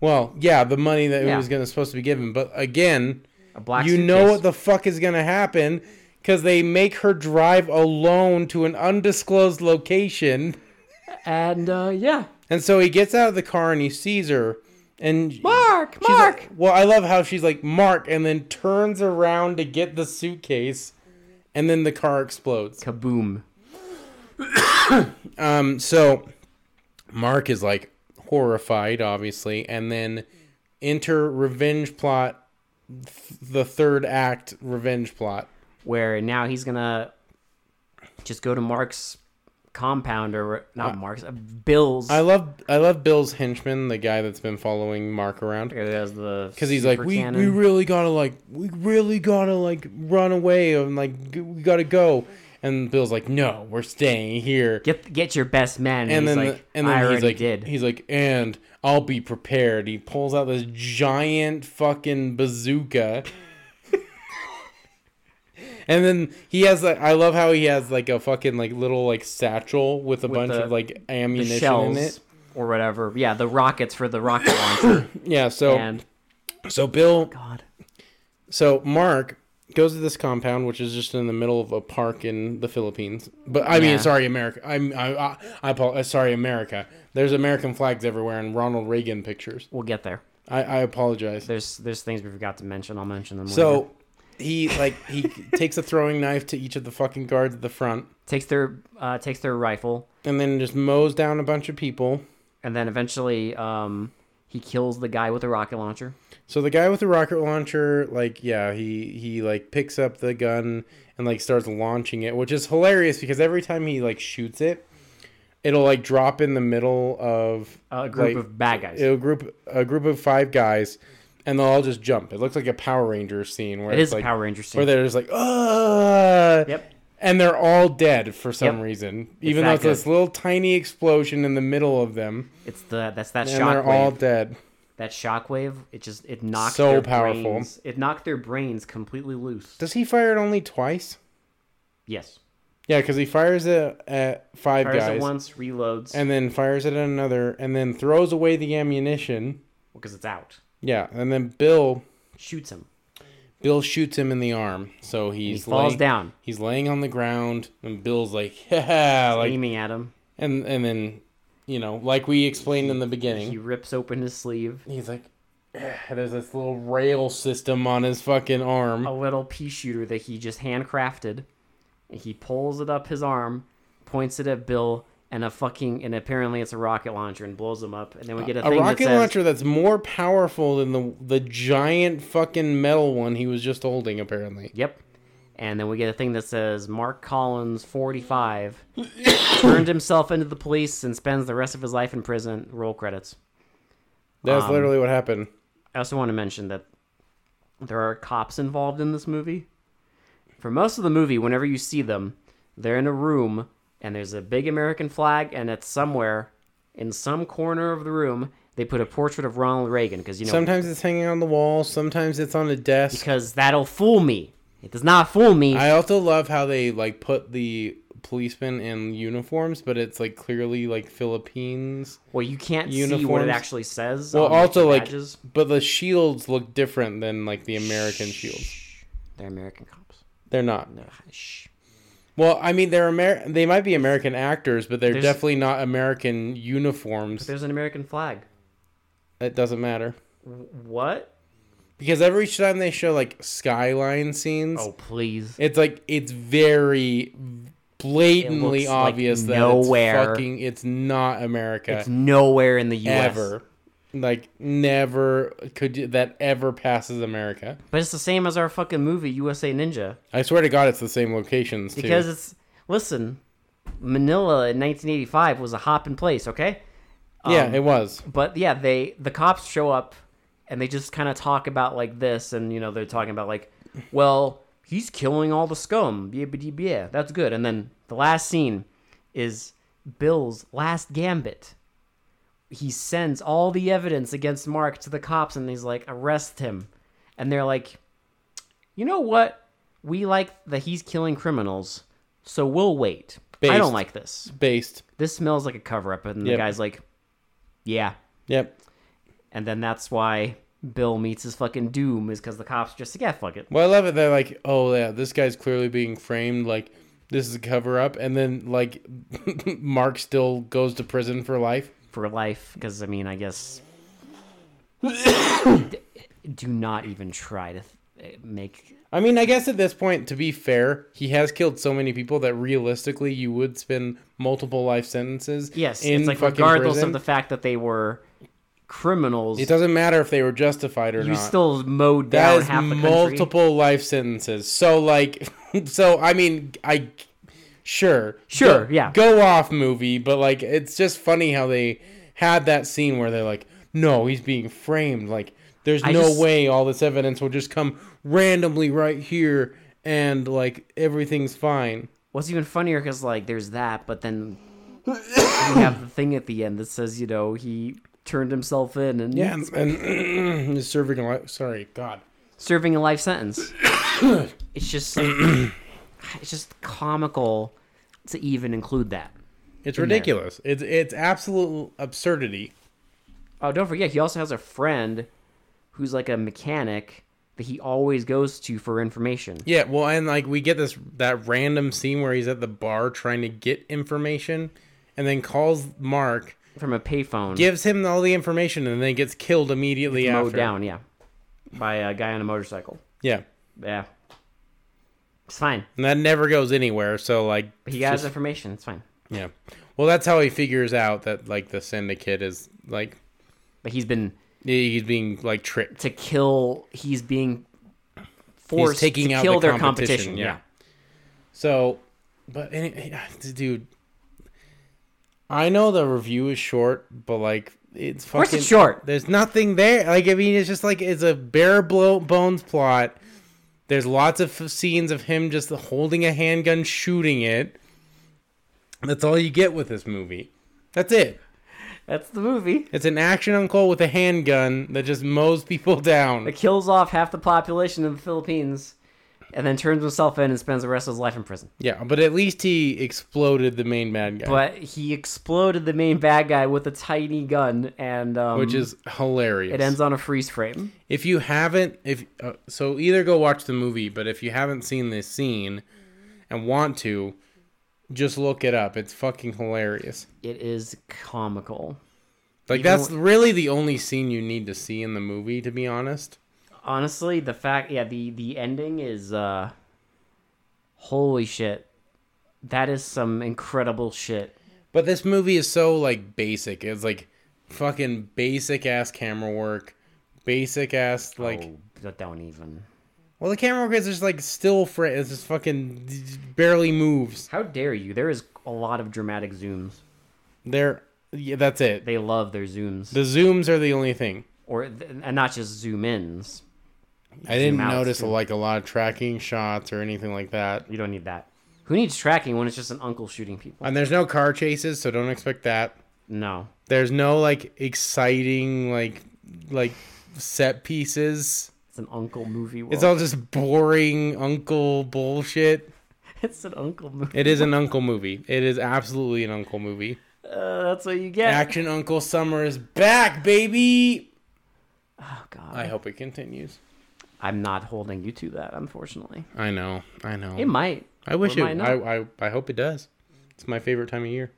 Speaker 1: well, yeah, the money that
Speaker 2: Yeah.
Speaker 1: was gonna supposed to be given. But again,
Speaker 2: A black.
Speaker 1: you know what the fuck is gonna happen because they make her drive alone to an undisclosed location,
Speaker 2: and uh, yeah,
Speaker 1: and so he gets out of the car and he sees her. And
Speaker 2: Mark,
Speaker 1: she's like-
Speaker 2: Mark.
Speaker 1: well, I love how she's like Mark, and then turns around to get the suitcase, and then the car explodes.
Speaker 2: kaboom.
Speaker 1: Um, so Mark is like horrified, obviously, and then enter revenge plot, th- the third act revenge plot.
Speaker 2: where now he's gonna just go to Mark's compound or not Mark's uh, Bill's.
Speaker 1: I love, I love Bill's henchman, the guy that's been following Mark around, because
Speaker 2: because
Speaker 1: he's like, we, we really gotta like, we really gotta like run away and like g- we gotta go, and Bill's like, no, we're staying here.
Speaker 2: get get your best man.
Speaker 1: and
Speaker 2: And,
Speaker 1: then
Speaker 2: he's
Speaker 1: the-
Speaker 2: like,
Speaker 1: and then
Speaker 2: I
Speaker 1: he's
Speaker 2: already
Speaker 1: like
Speaker 2: did.
Speaker 1: he's like and I'll be prepared. He pulls out this giant fucking
Speaker 2: (laughs)
Speaker 1: bazooka. and then he has like I love how he has like a fucking like little like satchel with a bunch
Speaker 2: the-
Speaker 1: of like
Speaker 2: the
Speaker 1: ammunition in it.
Speaker 2: shells or whatever. Yeah, the rockets for
Speaker 1: (coughs)
Speaker 2: the rocket launcher.
Speaker 1: Yeah, so
Speaker 2: and
Speaker 1: so Bill
Speaker 2: God,
Speaker 1: So Mark goes to this compound, which is just in the middle of a park in the Philippines. But I mean,
Speaker 2: Yeah.
Speaker 1: sorry, America. I'm I I, I apologize. Sorry, America. There's American flags everywhere and Ronald Reagan pictures.
Speaker 2: we'll get there.
Speaker 1: I, I apologize.
Speaker 2: There's there's things we forgot to mention. I'll mention them. later.
Speaker 1: So he like he (laughs) takes a throwing knife to each of the fucking guards at the front,
Speaker 2: takes their uh, takes their rifle,
Speaker 1: and then just mows down a bunch of people.
Speaker 2: and then eventually um, he kills the guy with the rocket launcher.
Speaker 1: So the guy with the rocket launcher, like, yeah, he he like picks up the gun and like starts launching it, which is hilarious because every time he like shoots it, it'll like drop in the middle of
Speaker 2: A group
Speaker 1: like,
Speaker 2: of bad guys.
Speaker 1: it'll group a group of five guys, and they'll all just jump. It looks like a Power Ranger scene where
Speaker 2: it
Speaker 1: it's
Speaker 2: is
Speaker 1: like
Speaker 2: Power Ranger scene.
Speaker 1: where they're just like, ah,
Speaker 2: Yep.
Speaker 1: and they're all dead for some
Speaker 2: Yep.
Speaker 1: reason, even
Speaker 2: that
Speaker 1: though it's
Speaker 2: good.
Speaker 1: this little tiny explosion in the middle of them,
Speaker 2: It's the that's that
Speaker 1: and they're
Speaker 2: shockwave.
Speaker 1: all dead.
Speaker 2: That shockwave. It just it knocked
Speaker 1: So
Speaker 2: their
Speaker 1: powerful.
Speaker 2: brains- It knocked their brains completely loose.
Speaker 1: Does he fire it only twice?
Speaker 2: Yes.
Speaker 1: Yeah, because he fires it at five
Speaker 2: Fires
Speaker 1: guys,
Speaker 2: it once, reloads
Speaker 1: and then fires it at another, and then throws away the ammunition.
Speaker 2: because it's out.
Speaker 1: Yeah, and then Bill
Speaker 2: Shoots him.
Speaker 1: Bill shoots him in the arm, so
Speaker 2: He
Speaker 1: he's
Speaker 2: falls
Speaker 1: laying,
Speaker 2: down,
Speaker 1: He's laying on the ground, and Bill's like, (laughs) yeah, like,
Speaker 2: aiming at him.
Speaker 1: and and then, you know, like we explained in the
Speaker 2: He
Speaker 1: beginning,
Speaker 2: rips open his sleeve.
Speaker 1: he's like, "Eh," there's this little rail system on his fucking arm.
Speaker 2: A little pea shooter that he just handcrafted. And he pulls it up his arm, points it at Bill, and a fucking and apparently it's a rocket launcher and blows him up. And then we get a,
Speaker 1: Uh, a
Speaker 2: thing
Speaker 1: rocket
Speaker 2: that says,
Speaker 1: launcher that's more powerful than the the giant fucking metal one he was just holding, apparently.
Speaker 2: Yep. And then we get a thing that says Mark Collins, (coughs) 45, turned himself into the police and spends the rest of his life in prison. Roll credits.
Speaker 1: That's
Speaker 2: Um,
Speaker 1: literally what happened.
Speaker 2: I also want to mention that there are cops involved in this movie. For most of the movie, whenever you see them, they're in a room and there's a big American flag, and it's somewhere in some corner of the room. They put a portrait of Ronald Reagan because you know
Speaker 1: Sometimes it's hanging on the wall. Sometimes it's on a desk.
Speaker 2: because that'll fool me. It does not fool me.
Speaker 1: I also love how they like put the policemen in uniforms, but it's like clearly like Philippines.
Speaker 2: Well, you can't see what it
Speaker 1: Uniforms.
Speaker 2: actually says.
Speaker 1: Well,
Speaker 2: on the
Speaker 1: also, like,
Speaker 2: badges.
Speaker 1: But the shields look different than like the American shields.
Speaker 2: Shh. they're American cops.
Speaker 1: They're not.
Speaker 2: No, shh.
Speaker 1: Well, I mean, they're Amer- They might be American actors, but they're
Speaker 2: There's-
Speaker 1: definitely not American uniforms.
Speaker 2: There's an American flag.
Speaker 1: It doesn't matter
Speaker 2: W- What?
Speaker 1: because every time they show like skyline scenes,
Speaker 2: Oh, please.
Speaker 1: it's like it's very blatantly
Speaker 2: It looks like
Speaker 1: obvious that
Speaker 2: nowhere.
Speaker 1: it's fucking it's not America
Speaker 2: It's nowhere in the U.S.
Speaker 1: ever. Like never could you, that ever passes America.
Speaker 2: But it's the same as our fucking movie, USA Ninja.
Speaker 1: I swear to God, it's the same locations too.
Speaker 2: Because it's. Listen, Manila in 1985 was a hop in place, okay?
Speaker 1: yeah,
Speaker 2: um,
Speaker 1: it was.
Speaker 2: but yeah, they the cops show up and they just kind of talk about like this, and you know they're talking about like, well, he's killing all the scum, yeah, yeah, yeah, that's good. And then the last scene is Bill's last gambit. He sends all the evidence against Mark to the cops, and he's like, arrest him. And they're like, you know what? We like that he's killing criminals, so we'll wait. I
Speaker 1: Based.
Speaker 2: don't like this.
Speaker 1: Based.
Speaker 2: This smells like a cover up. And the
Speaker 1: Yep.
Speaker 2: guy's like, yeah,
Speaker 1: Yep.
Speaker 2: and then that's why Bill meets his fucking doom is because the cops are just like, yeah, fuck it.
Speaker 1: Well, I love it. They're like, oh yeah, this guy's clearly being framed. Like this is a cover up, and then like (laughs) Mark still goes to prison for life.
Speaker 2: For life, because I mean, I guess. (coughs) Do not even try to th- make.
Speaker 1: I mean, I guess at this point, to be fair, he has killed so many people that realistically, you would spend multiple life sentences.
Speaker 2: Yes,
Speaker 1: in
Speaker 2: it's like
Speaker 1: fucking
Speaker 2: regardless
Speaker 1: prison.
Speaker 2: of the fact that they were criminals,
Speaker 1: It doesn't matter if they were justified or
Speaker 2: you
Speaker 1: not.
Speaker 2: still mowed
Speaker 1: that
Speaker 2: down
Speaker 1: is
Speaker 2: half the country.
Speaker 1: multiple life sentences. So like, (laughs) so I mean, I sure,
Speaker 2: Sure,
Speaker 1: Go-
Speaker 2: yeah.
Speaker 1: go off movie, but like, it's just funny how they had that scene where they're like, no, he's being framed. Like, there's
Speaker 2: I
Speaker 1: no
Speaker 2: just-
Speaker 1: way all this evidence will just come randomly right here, and like everything's fine.
Speaker 2: What's even funnier because like there's that,
Speaker 1: (coughs)
Speaker 2: but then you have the thing at the end that says you know he turned himself in and
Speaker 1: Yeah, and, (clears throat) and (clears throat) he's serving a life. Sorry, God.
Speaker 2: serving a life sentence. (coughs) it's just (coughs) it's just comical to even include that.
Speaker 1: It's ridiculous. It's it's absolute absurdity.
Speaker 2: Oh, don't forget he also has a friend who's like a mechanic that he always goes to for information.
Speaker 1: Yeah, well, and like we get this that random scene where he's at the bar trying to get information, and then calls Mark,
Speaker 2: From a payphone.
Speaker 1: gives him all the information, and then gets killed immediately
Speaker 2: mowed
Speaker 1: after.
Speaker 2: down, yeah. By a guy on a motorcycle.
Speaker 1: Yeah,
Speaker 2: Yeah. It's fine.
Speaker 1: and that never goes anywhere. So like,
Speaker 2: He
Speaker 1: it's
Speaker 2: has
Speaker 1: just-
Speaker 2: information, it's fine.
Speaker 1: yeah. Well, that's how he figures out that like the syndicate is like
Speaker 2: But he's been
Speaker 1: he's being like tricked.
Speaker 2: to kill he's being forced
Speaker 1: taking
Speaker 2: to
Speaker 1: out
Speaker 2: kill
Speaker 1: the
Speaker 2: their
Speaker 1: competition,
Speaker 2: competition.
Speaker 1: yeah.
Speaker 2: Yeah.
Speaker 1: So, but any, (sighs) dude, I know the review is short, but like it's fucking.
Speaker 2: course it's short.
Speaker 1: There's nothing there. Like I mean, it's just like it's a bare blow, bones plot. There's lots of f- scenes of him just holding a handgun, shooting it. That's all you get with this movie. That's it.
Speaker 2: That's the movie.
Speaker 1: It's an action uncle with a handgun that just mows people (laughs) down.
Speaker 2: that kills off half the population of the Philippines and then turns himself in and spends the rest of his life in prison.
Speaker 1: yeah, but at least he exploded the main bad guy,
Speaker 2: But he exploded the main bad guy with a tiny gun and um,
Speaker 1: which is hilarious.
Speaker 2: it ends on a freeze frame.
Speaker 1: if you haven't if uh, so either go watch the movie but if you haven't seen this scene
Speaker 2: Mm-hmm.
Speaker 1: and want to just look it up it's fucking hilarious
Speaker 2: It is comical.
Speaker 1: like
Speaker 2: Even
Speaker 1: that's really the only scene you need to see in the movie to be honest
Speaker 2: Honestly, the fact yeah, the the ending is uh holy shit. That is some incredible shit.
Speaker 1: but this movie is so like basic it's like fucking basic ass camera work basic ass like
Speaker 2: oh, but don't even.
Speaker 1: well the camera work is just like still for it's just fucking d- d- barely moves
Speaker 2: How dare you? There is a lot of dramatic zooms.
Speaker 1: there yeah that's it
Speaker 2: They love their zooms.
Speaker 1: the zooms are the only thing
Speaker 2: or and not just zoom ins.
Speaker 1: I didn't
Speaker 2: out,
Speaker 1: notice
Speaker 2: too.
Speaker 1: like a lot of tracking shots or anything like that.
Speaker 2: You don't need that. Who needs tracking when it's just an uncle shooting people?
Speaker 1: And there's no car chases, so don't expect that.
Speaker 2: No.
Speaker 1: There's no like exciting like like set pieces.
Speaker 2: It's an uncle movie. World.
Speaker 1: It's all just boring uncle bullshit.
Speaker 2: (laughs) it's an uncle movie.
Speaker 1: It is an uncle movie. It is absolutely an uncle movie.
Speaker 2: Uh, that's what you get.
Speaker 1: Action Uncle Summer is back, baby.
Speaker 2: oh god,
Speaker 1: I hope it continues.
Speaker 2: I'm not holding you to that. Unfortunately,
Speaker 1: I know. I know.
Speaker 2: it might.
Speaker 1: I wish
Speaker 2: or
Speaker 1: it.
Speaker 2: might not.
Speaker 1: I, I I hope it does. It's my favorite time of year.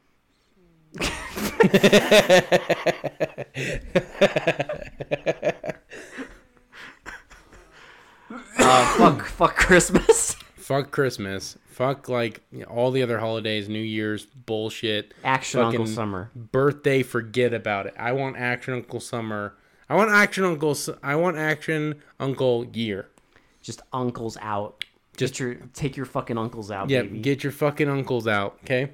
Speaker 2: Uh,
Speaker 1: (clears throat)
Speaker 2: fuck, fuck Christmas. (laughs)
Speaker 1: Fuck Christmas. Fuck like you know, all the other holidays, New Year's bullshit.
Speaker 2: Action Uncle
Speaker 1: Fucking-
Speaker 2: Summer.
Speaker 1: Birthday, forget about it. I want action Uncle Summer. I want action Uncle. Su- I want action Uncle Year.
Speaker 2: Just uncles out. Just
Speaker 1: Just-
Speaker 2: your, take your fucking uncles out,
Speaker 1: Yep.
Speaker 2: baby.
Speaker 1: Get your fucking uncles out, okay?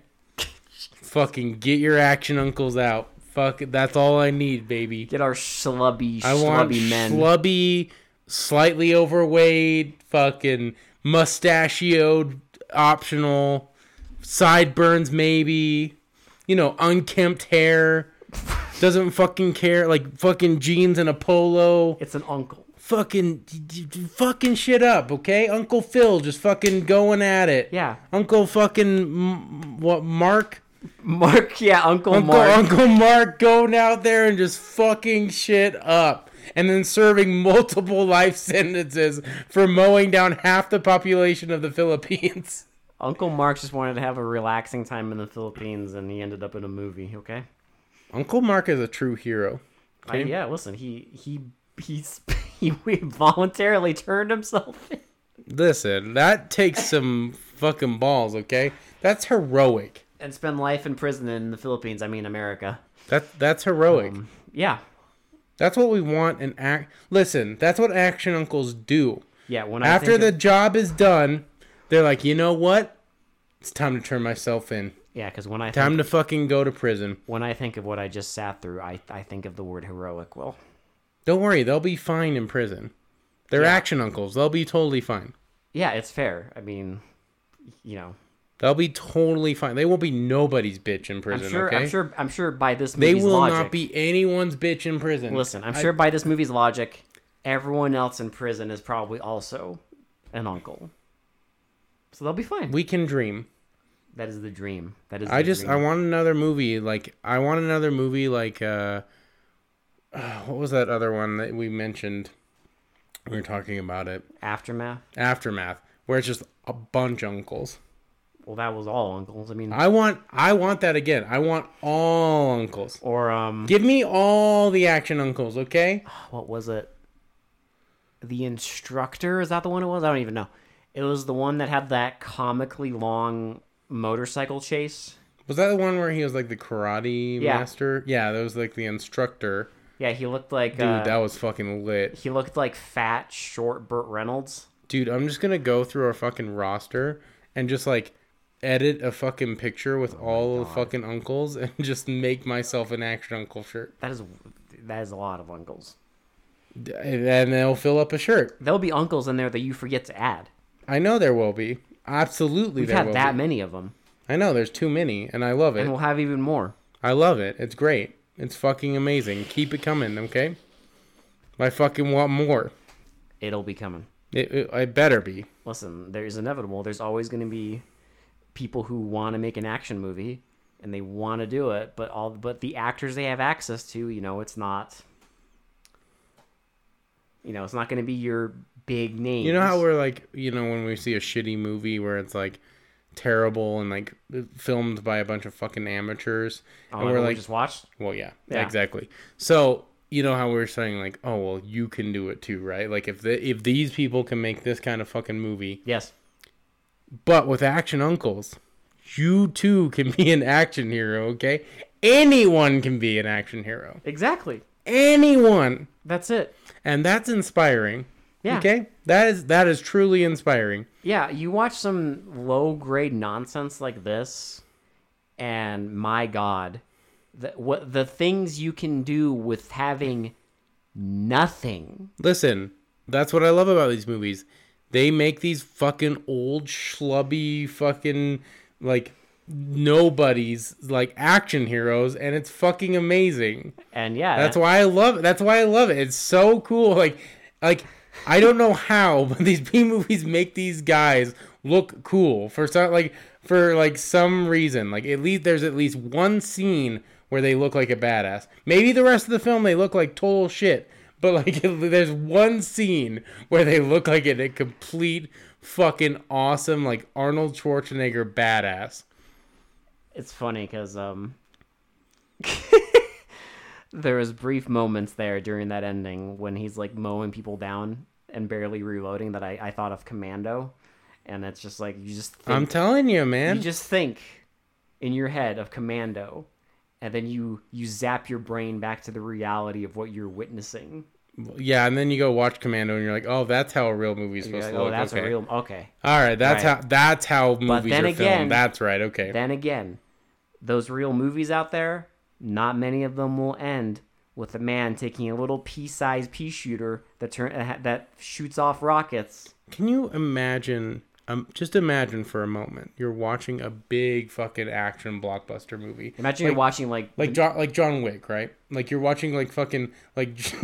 Speaker 1: (laughs) fucking get your action uncles out. Fuck. That's all I need, baby.
Speaker 2: Get our schlubby,
Speaker 1: I want
Speaker 2: schlubby men.
Speaker 1: schlubby, slightly overweight, fucking mustachioed, optional, sideburns maybe, you know, unkempt hair, doesn't fucking care, like fucking jeans and a polo,
Speaker 2: it's an uncle.
Speaker 1: fucking, d- d- d- fucking shit up, okay? Uncle Phil just fucking going at it.
Speaker 2: Yeah,
Speaker 1: Uncle fucking M- what Mark?
Speaker 2: Mark. Yeah, Uncle,
Speaker 1: Uncle
Speaker 2: Mark.
Speaker 1: Uncle Mark going out there and just fucking shit up, and then serving (laughs) multiple life sentences for mowing down half the population of the Philippines. (laughs)
Speaker 2: Uncle Mark just wanted to have a relaxing time in the Philippines, and he ended up in a movie. Okay.
Speaker 1: Uncle Mark is a true hero.
Speaker 2: I-
Speaker 1: Okay.
Speaker 2: yeah. Listen, he he (laughs) he's he voluntarily turned himself. in.
Speaker 1: Listen, that takes some fucking balls, okay? That's heroic.
Speaker 2: and spend life in prison in the Philippines. I mean, America.
Speaker 1: That that's heroic.
Speaker 2: Yeah,
Speaker 1: that's what we want in act. Listen, that's what action uncles do.
Speaker 2: yeah. When
Speaker 1: After
Speaker 2: I think
Speaker 1: the
Speaker 2: of-
Speaker 1: job is done, they're like, you know what? It's time to turn myself in.
Speaker 2: yeah, because when I
Speaker 1: Time
Speaker 2: think,
Speaker 1: to fucking go to prison.
Speaker 2: when I think of what I just sat through, I I think of the word heroic. Well,
Speaker 1: Don't worry, they'll be fine in prison. They're action uncles. They'll be totally fine.
Speaker 2: yeah, it's fair. I mean, you know,
Speaker 1: They'll be totally fine. They won't be nobody's bitch in
Speaker 2: I'm
Speaker 1: prison.
Speaker 2: sure,
Speaker 1: okay?
Speaker 2: I'm sure, I'm sure by this
Speaker 1: they
Speaker 2: movie's
Speaker 1: will
Speaker 2: logic.
Speaker 1: not be anyone's bitch in prison.
Speaker 2: Listen, I'm
Speaker 1: I-
Speaker 2: sure by this movie's logic, everyone else in prison is probably also an uncle. So they'll be fine.
Speaker 1: we can dream.
Speaker 2: that is the dream. That is.
Speaker 1: I
Speaker 2: the
Speaker 1: just
Speaker 2: dream.
Speaker 1: I want another movie like I want another movie like uh, uh what was that other one that we mentioned? We were talking about it.
Speaker 2: aftermath.
Speaker 1: Aftermath, where it's just a bunch uncles.
Speaker 2: Well, that was all uncles. I mean,
Speaker 1: I want I want that again. I want all uncles.
Speaker 2: or um,
Speaker 1: Give me all the action uncles, okay?
Speaker 2: what was it? The instructor is that the one it was? I don't even know. It was the one that had that comically long motorcycle chase.
Speaker 1: Was that the one where he was like the karate
Speaker 2: Yeah.
Speaker 1: master? Yeah, that was like the instructor.
Speaker 2: Yeah, he looked like
Speaker 1: Dude,
Speaker 2: uh,
Speaker 1: that was fucking lit.
Speaker 2: he looked like fat, short Burt Reynolds.
Speaker 1: Dude, I'm just gonna go through our fucking roster and just like edit a fucking picture with all the fucking uncles (laughs) and just make myself an action uncle shirt.
Speaker 2: That is that is a lot of uncles.
Speaker 1: D- And they'll fill up a shirt.
Speaker 2: There'll be uncles in there that you forget to add.
Speaker 1: I know there will be. Absolutely
Speaker 2: We've
Speaker 1: there
Speaker 2: had
Speaker 1: will
Speaker 2: that
Speaker 1: be.
Speaker 2: many of them,
Speaker 1: I know there's too many and I love it.
Speaker 2: and we'll have even more.
Speaker 1: I love it. It's great. It's fucking amazing. Keep it coming, okay? I fucking want more.
Speaker 2: It'll be coming.
Speaker 1: It, it, it better be.
Speaker 2: Listen, there's inevitable. There's always going to be people who want to make an action movie and they want to do it, but all but the actors they have access to, you know, it's not you know, it's not going to be your big name.
Speaker 1: You know how we're like, you know, when we see a shitty movie where it's like terrible and like uh, filmed by a bunch of fucking amateurs,
Speaker 2: Oh,
Speaker 1: and we're like,
Speaker 2: just watched?
Speaker 1: well, yeah,
Speaker 2: Yeah.
Speaker 1: exactly. So you know how we were saying like, oh well, you can do it too, right? Like if the, if these people can make this kind of fucking movie,
Speaker 2: Yes.
Speaker 1: but with action uncles, you too can be an action hero, okay? Anyone can be an action hero.
Speaker 2: Exactly.
Speaker 1: Anyone.
Speaker 2: That's it.
Speaker 1: And that's inspiring.
Speaker 2: Yeah.
Speaker 1: Okay? That is that is truly inspiring.
Speaker 2: Yeah, you watch some low grade nonsense like this, and my God, the, what the things you can do with having nothing.
Speaker 1: Listen, that's what I love about these movies. They make these fucking old schlubby fucking like nobodies like action heroes and it's fucking amazing.
Speaker 2: And yeah,
Speaker 1: That's why I love it. That's why I love it. It's so cool. Like like I don't know how, (laughs) but these B movies make these guys look cool for some like for like some reason. Like at least there's at least one scene where they look like a badass. Maybe the rest of the film they look like total shit, but (laughs) like there's one scene where they look like a, a complete fucking awesome like Arnold Schwarzenegger badass.
Speaker 2: It's funny because um, (laughs) there was brief moments there during that ending when he's like mowing people down and barely reloading that I, I thought of Commando, and it's just like you just
Speaker 1: I'm
Speaker 2: think,
Speaker 1: telling you,
Speaker 2: you
Speaker 1: man.
Speaker 2: just think in your head of Commando, and then you you zap your brain back to the reality of what you're witnessing.
Speaker 1: yeah, and then you go watch Commando and you're like, "Oh, that's how a real movie is
Speaker 2: You're
Speaker 1: supposed
Speaker 2: like,
Speaker 1: to look."
Speaker 2: oh, that's
Speaker 1: okay.
Speaker 2: a real okay.
Speaker 1: All right, that's
Speaker 2: Right.
Speaker 1: how that's how movies
Speaker 2: then
Speaker 1: are
Speaker 2: again-
Speaker 1: filmed. That's right. Okay.
Speaker 2: Then again, those real movies out there, not many of them will end with a man taking a little pea-sized pea shooter that turn uh, ha- that shoots off rockets.
Speaker 1: Can you imagine? Um, just imagine for a moment you're watching a big fucking action blockbuster movie.
Speaker 2: Imagine
Speaker 1: like,
Speaker 2: you're watching like,
Speaker 1: like John like John Wick, right? Like you're watching like fucking like (laughs)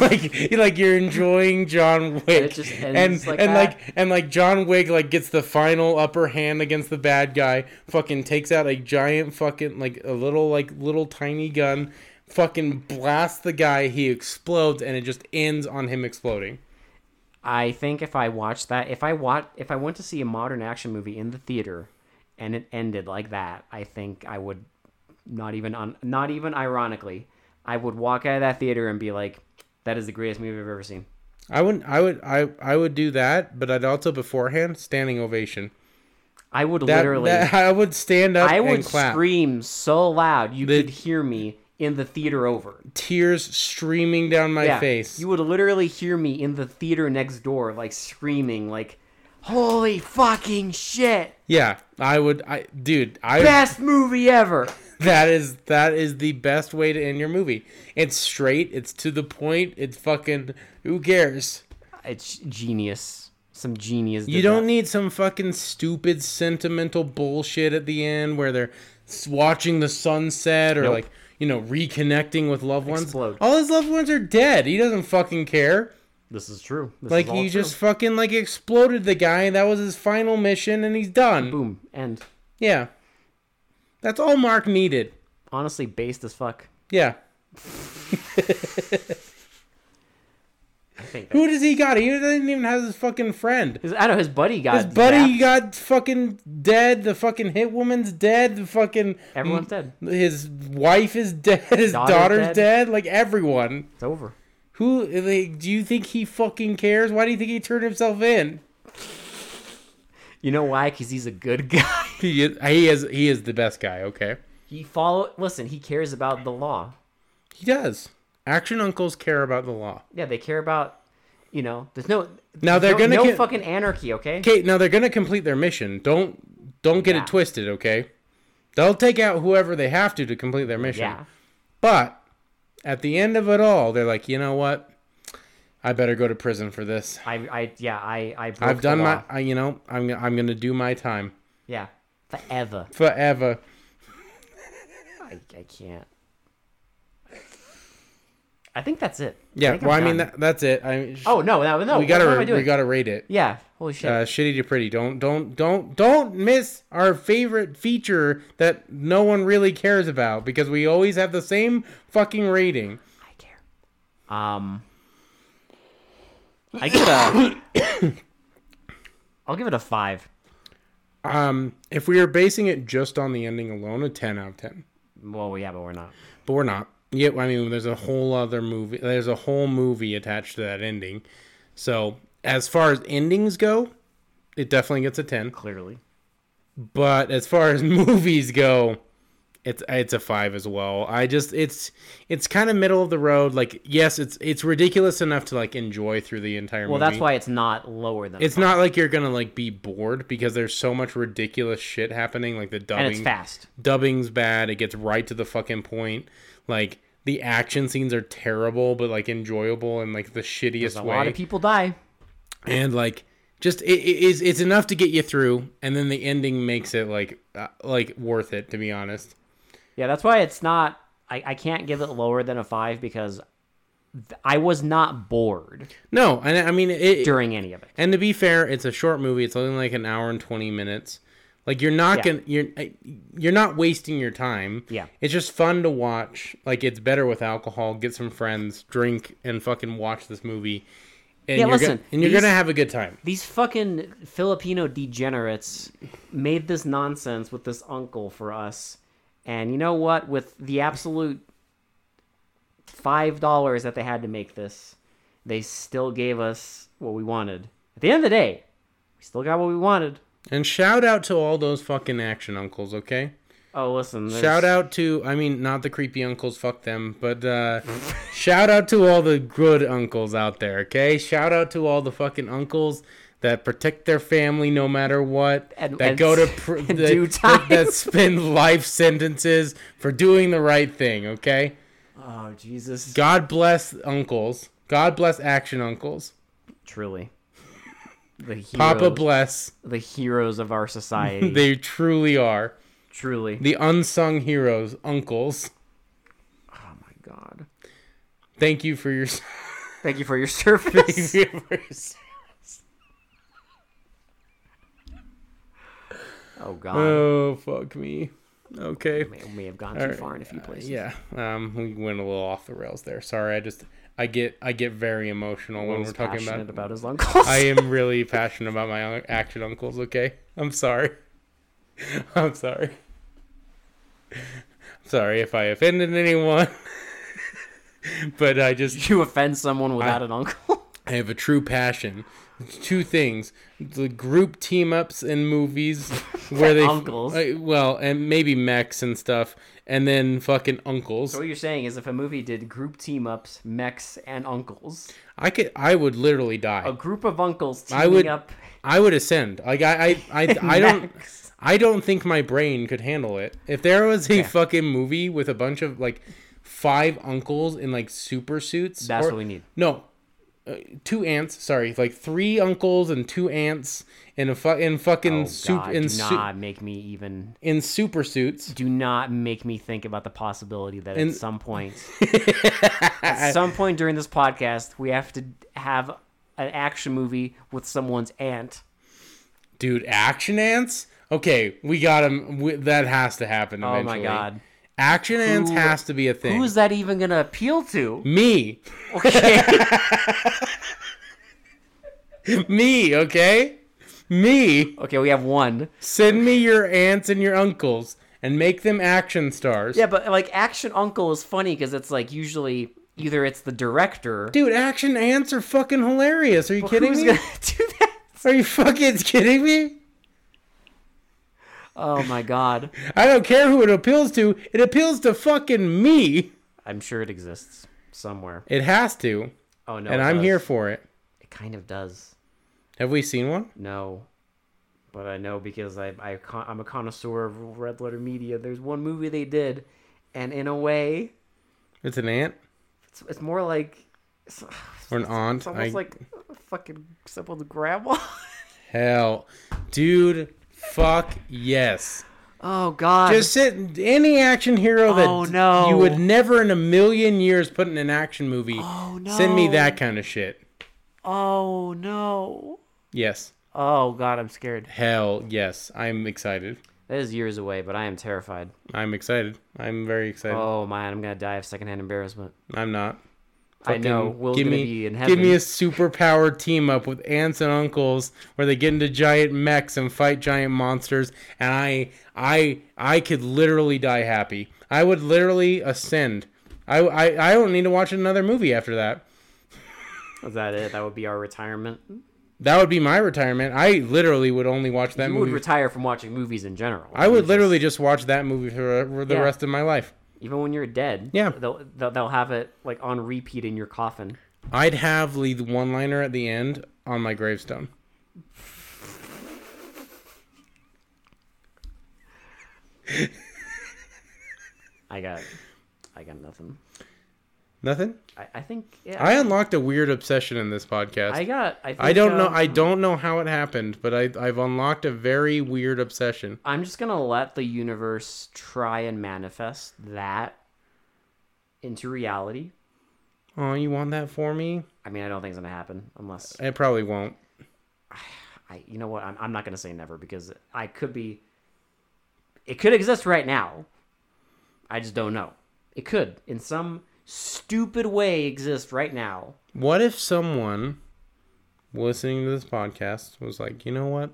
Speaker 1: like like you're enjoying John Wick,
Speaker 2: just
Speaker 1: and
Speaker 2: ends
Speaker 1: and like,
Speaker 2: like that.
Speaker 1: like and like John Wick like gets the final upper hand against the bad guy. Fucking takes out a giant fucking like a little like little tiny gun. Fucking blasts the guy. He explodes, and it just ends on him exploding.
Speaker 2: I think if I watched that, if I watch, if I went to see a modern action movie in the theater, and it ended like that, I think I would not even on, not even ironically, I would walk out of that theater and be like, "That is the greatest movie I've ever seen."
Speaker 1: I wouldn't. I would. I I would do that, but I'd also beforehand standing ovation.
Speaker 2: I would
Speaker 1: That,
Speaker 2: literally.
Speaker 1: that- I would stand up.
Speaker 2: I would
Speaker 1: and clap.
Speaker 2: scream so loud you
Speaker 1: The-
Speaker 2: could hear me in the theater over.
Speaker 1: tears streaming down my face.
Speaker 2: You would literally hear me in the theater next door, like screaming, like, "Holy
Speaker 1: (laughs)
Speaker 2: fucking shit!
Speaker 1: yeah, I would. I dude, I
Speaker 2: Best movie ever!"
Speaker 1: (laughs) that is that is the best way to end your movie. It's straight. It's to the point. It's fucking. Who cares?
Speaker 2: It's genius. Some genius.
Speaker 1: You
Speaker 2: did
Speaker 1: don't
Speaker 2: that.
Speaker 1: need some fucking stupid sentimental bullshit at the end where they're s- watching the sunset or
Speaker 2: Nope.
Speaker 1: like you know reconnecting with loved ones.
Speaker 2: Explode.
Speaker 1: All his loved ones are dead. He doesn't fucking care.
Speaker 2: This is true. This
Speaker 1: Like
Speaker 2: is all
Speaker 1: he
Speaker 2: true.
Speaker 1: just fucking like exploded the guy. and That was his final mission, and he's done.
Speaker 2: boom and
Speaker 1: Yeah. That's all Mark needed.
Speaker 2: honestly based as fuck.
Speaker 1: Yeah.
Speaker 2: I think. that-
Speaker 1: Who does he got? He doesn't even have his fucking friend.
Speaker 2: His- I know his buddy got
Speaker 1: His buddy
Speaker 2: zapped.
Speaker 1: got fucking dead. The fucking hit woman's dead. The fucking
Speaker 2: Everyone's dead.
Speaker 1: His wife is dead. (laughs) His
Speaker 2: Daughter's
Speaker 1: daughter's,
Speaker 2: dead.
Speaker 1: dead. Like everyone.
Speaker 2: It's over.
Speaker 1: Who like, do you think he fucking cares? Why do you think he turned himself in?
Speaker 2: You know why? Because he's a good (laughs) guy.
Speaker 1: He is. He is. He is the best guy. Okay.
Speaker 2: He follow. Listen, he cares about the law.
Speaker 1: He does. Action uncles care about the law.
Speaker 2: Yeah, they care about, you know, there's no
Speaker 1: Now they're
Speaker 2: no,
Speaker 1: gonna
Speaker 2: no
Speaker 1: get-
Speaker 2: fucking anarchy, okay?
Speaker 1: Okay, now they're gonna complete their mission. Don't don't get
Speaker 2: Yeah.
Speaker 1: it twisted, okay? They'll take out whoever they have to to complete their mission.
Speaker 2: Yeah,
Speaker 1: But at the end of it all, they're like, you know what? I better go to prison for this.
Speaker 2: I, I, yeah, I, I. Broke
Speaker 1: I've done
Speaker 2: the
Speaker 1: my,
Speaker 2: law.
Speaker 1: I, you know, I'm I'm gonna do my time
Speaker 2: Yeah, forever.
Speaker 1: forever.
Speaker 2: I, I can't. I think that's it.
Speaker 1: Yeah.
Speaker 2: think I'm
Speaker 1: well, I mean
Speaker 2: done.
Speaker 1: that, that's it. I mean, sh-
Speaker 2: Oh no, no, no.
Speaker 1: we gotta
Speaker 2: What am I
Speaker 1: re-
Speaker 2: doing?
Speaker 1: we gotta rate it.
Speaker 2: Yeah. Holy shit.
Speaker 1: Uh, shitty to pretty. Don't don't don't don't miss our favorite feature that no one really cares about because we always have the same fucking rating.
Speaker 2: I care. Um. I give it a. (coughs) I'll give it a five.
Speaker 1: Um, if we are basing it just on the ending alone, a ten out of ten.
Speaker 2: Well, yeah, but we're not.
Speaker 1: But we're not. Yeah, I mean, there's a whole other movie. There's a whole movie attached to that ending. So as far as endings go, it definitely gets a ten.
Speaker 2: Clearly.
Speaker 1: But as far as (laughs) movies go, it's it's a five as well. I just it's it's kind of middle of the road. Like yes, it's it's ridiculous enough to like enjoy through the entire.
Speaker 2: Well,
Speaker 1: movie.
Speaker 2: that's why it's not lower than.
Speaker 1: It's not like you're gonna like be bored because there's so much ridiculous shit happening. Like the dubbing,
Speaker 2: and it's fast.
Speaker 1: dubbing's bad. It gets right to the fucking point. Like the action scenes are terrible, but like enjoyable in like the shittiest
Speaker 2: A
Speaker 1: way.
Speaker 2: lot of people die.
Speaker 1: and like just it is it's enough to get you through, and then the ending makes it like uh, like worth it. To be honest,
Speaker 2: Yeah, that's why it's not. I, I can't give it lower than a five because th- I was not bored
Speaker 1: No, and I mean it.
Speaker 2: during any of it.
Speaker 1: And to be fair, it's a short movie. It's only like an hour and twenty minutes. Like you're not
Speaker 2: Yeah.
Speaker 1: gonna you're uh, you're not wasting your time.
Speaker 2: Yeah.
Speaker 1: it's just fun to watch. Like it's better with alcohol. Get some friends, drink, and fucking watch this movie. And
Speaker 2: Yeah,
Speaker 1: you're
Speaker 2: listen,
Speaker 1: gonna, and you're
Speaker 2: these-
Speaker 1: gonna have a good time.
Speaker 2: These fucking Filipino degenerates made this nonsense with this uncle for us. And you know what? With the absolute $5 that they had to make this, they still gave us what we wanted. At the end of the day, we still got what we wanted.
Speaker 1: And shout out to all those fucking action uncles. Okay,
Speaker 2: Oh, listen. there's-
Speaker 1: shout out to I mean not the creepy uncles. Fuck them. But uh, (laughs) shout out to all the good uncles out there. Okay, shout out to all the fucking uncles. That protect their family no matter what.
Speaker 2: And-
Speaker 1: that
Speaker 2: and-
Speaker 1: go
Speaker 2: (laughs)
Speaker 1: to pr-
Speaker 2: and
Speaker 1: that, (laughs)
Speaker 2: do
Speaker 1: that, that
Speaker 2: time. (laughs)
Speaker 1: spend life sentences for doing the right thing. Okay,
Speaker 2: Oh, Jesus.
Speaker 1: God bless uncles. God bless action uncles.
Speaker 2: Truly. (laughs) The heroes, Hmm.
Speaker 1: Papa bless.
Speaker 2: the heroes of our society.
Speaker 1: (laughs) They truly are
Speaker 2: Truly.
Speaker 1: the unsung heroes, uncles.
Speaker 2: Oh, my God.
Speaker 1: Thank you for your. (laughs)
Speaker 2: Thank you for your (laughs) service.
Speaker 1: Thank you for your service.
Speaker 2: oh, God.
Speaker 1: oh fuck me. Okay.
Speaker 2: may, may have gone
Speaker 1: All
Speaker 2: too
Speaker 1: right.
Speaker 2: far in a few places.
Speaker 1: uh, Yeah. Um, we went a little off the rails there. Sorry. I just I get I get very emotional when
Speaker 2: Will's
Speaker 1: we're talking
Speaker 2: passionate
Speaker 1: about.
Speaker 2: about, his uncles.
Speaker 1: I uh, am really passionate about my un- action uncles. Okay. I'm sorry. (laughs) I'm sorry. Sorry if I offended anyone. (laughs) but I just
Speaker 2: (laughs) you offend someone without an uncle. (laughs)
Speaker 1: I have a true passion. It's two things: the group team ups in
Speaker 2: (laughs)
Speaker 1: movies where they
Speaker 2: Uncles.
Speaker 1: uh, well, and maybe mechs and stuff, and then fucking uncles.
Speaker 2: so what you're saying is, if a movie did group team ups, mechs, and uncles,
Speaker 1: I could, I would literally
Speaker 2: a
Speaker 1: die.
Speaker 2: group of uncles teaming
Speaker 1: I would,
Speaker 2: up,
Speaker 1: I would ascend. Like I, I,
Speaker 2: (laughs)
Speaker 1: I, I don't.
Speaker 2: mechs.
Speaker 1: I don't think my brain could handle it. If there was a fucking movie with a bunch of like five uncles in like super suits,
Speaker 2: That's
Speaker 1: or-
Speaker 2: what we need.
Speaker 1: No, uh, two aunts. Sorry, like three uncles and two aunts in a fu- in fucking
Speaker 2: Oh
Speaker 1: soup
Speaker 2: God,
Speaker 1: in
Speaker 2: do
Speaker 1: su-
Speaker 2: not make me even.
Speaker 1: in super suits. (laughs)
Speaker 2: Do not make me think about the possibility that
Speaker 1: And-
Speaker 2: at some point, at some point during this podcast, we have to have an action movie with someone's aunt.
Speaker 1: Dude, action ants. Okay, we got him. We, that has to happen.
Speaker 2: Oh
Speaker 1: Eventually.
Speaker 2: my God,
Speaker 1: action ants
Speaker 2: Who-
Speaker 1: has to be a thing.
Speaker 2: who is that even gonna appeal to?
Speaker 1: me?
Speaker 2: Okay.
Speaker 1: (laughs) me? Okay, me.
Speaker 2: Okay, we have one.
Speaker 1: Send me your aunts and your uncles and make them action stars.
Speaker 2: Yeah, but like Action Uncle is funny because it's like usually either it's the director.
Speaker 1: Dude, action ants are fucking hilarious. Are you kidding
Speaker 2: who's
Speaker 1: me?
Speaker 2: gonna (laughs) do that?
Speaker 1: Are you fucking (laughs) kidding me?
Speaker 2: Oh my god,
Speaker 1: I don't care who it appeals to. It appeals to fucking me.
Speaker 2: I'm sure it exists somewhere.
Speaker 1: It has to,
Speaker 2: Oh no,
Speaker 1: and
Speaker 2: it
Speaker 1: I'm
Speaker 2: does.
Speaker 1: here for it.
Speaker 2: It kind of does.
Speaker 1: Have we seen one?
Speaker 2: No, but I know because I, I con- I'm a connoisseur of red letter media. There's one movie they did, and in a way,
Speaker 1: It's an aunt
Speaker 2: it's, it's more like it's,
Speaker 1: or an aunt.
Speaker 2: it's almost
Speaker 1: I-
Speaker 2: like fucking someone's (laughs) grandma.
Speaker 1: hell, dude. Fuck yes.
Speaker 2: oh god,
Speaker 1: Just sit any action hero that
Speaker 2: Oh, no.
Speaker 1: you would never in a million years put in an action movie.
Speaker 2: Oh,
Speaker 1: Send me
Speaker 2: no.
Speaker 1: that kind of shit.
Speaker 2: oh no.
Speaker 1: Yes.
Speaker 2: Oh god, I'm scared.
Speaker 1: Hell yes. I'm excited.
Speaker 2: That is years away, but I am terrified.
Speaker 1: I'm excited. I'm very excited.
Speaker 2: Oh man, I'm gonna die of secondhand embarrassment.
Speaker 1: I'm not.
Speaker 2: I know
Speaker 1: Fucking
Speaker 2: Will's
Speaker 1: give
Speaker 2: gonna
Speaker 1: me,
Speaker 2: be in heaven.
Speaker 1: Give me a superpower team up with aunts and uncles where they get into giant mechs and fight giant monsters, and I, I, I could literally die happy. I would literally ascend. I, I, I don't need to watch another movie after that.
Speaker 2: Is that it? That would be our retirement.
Speaker 1: That would be my retirement. I literally would only watch that
Speaker 2: You would
Speaker 1: movie.
Speaker 2: retire from watching movies in general.
Speaker 1: I
Speaker 2: You
Speaker 1: would
Speaker 2: just-
Speaker 1: literally just watch that movie for for the
Speaker 2: Yeah.
Speaker 1: rest of my life.
Speaker 2: even when you're dead.
Speaker 1: Yeah.
Speaker 2: they'll they'll, they'll have it like on repeat in your coffin.
Speaker 1: I'd have the one liner at the end on my gravestone.
Speaker 2: I got, I got nothing.
Speaker 1: Nothing.
Speaker 2: I, I think yeah.
Speaker 1: I unlocked a weird obsession in this podcast.
Speaker 2: I got. I, think,
Speaker 1: I don't know.
Speaker 2: um,
Speaker 1: I don't know how it happened, but I, I've unlocked a very weird obsession.
Speaker 2: I'm just gonna let the universe try and manifest that into reality.
Speaker 1: Oh, you want that for me?
Speaker 2: I mean, I don't think it's gonna happen unless
Speaker 1: It probably won't.
Speaker 2: I. You know what? I'm, I'm not gonna say never because I could be. It could exist right now. I just don't know. It could, in some stupid way, exist right now.
Speaker 1: What if someone listening to this podcast was like, you know what?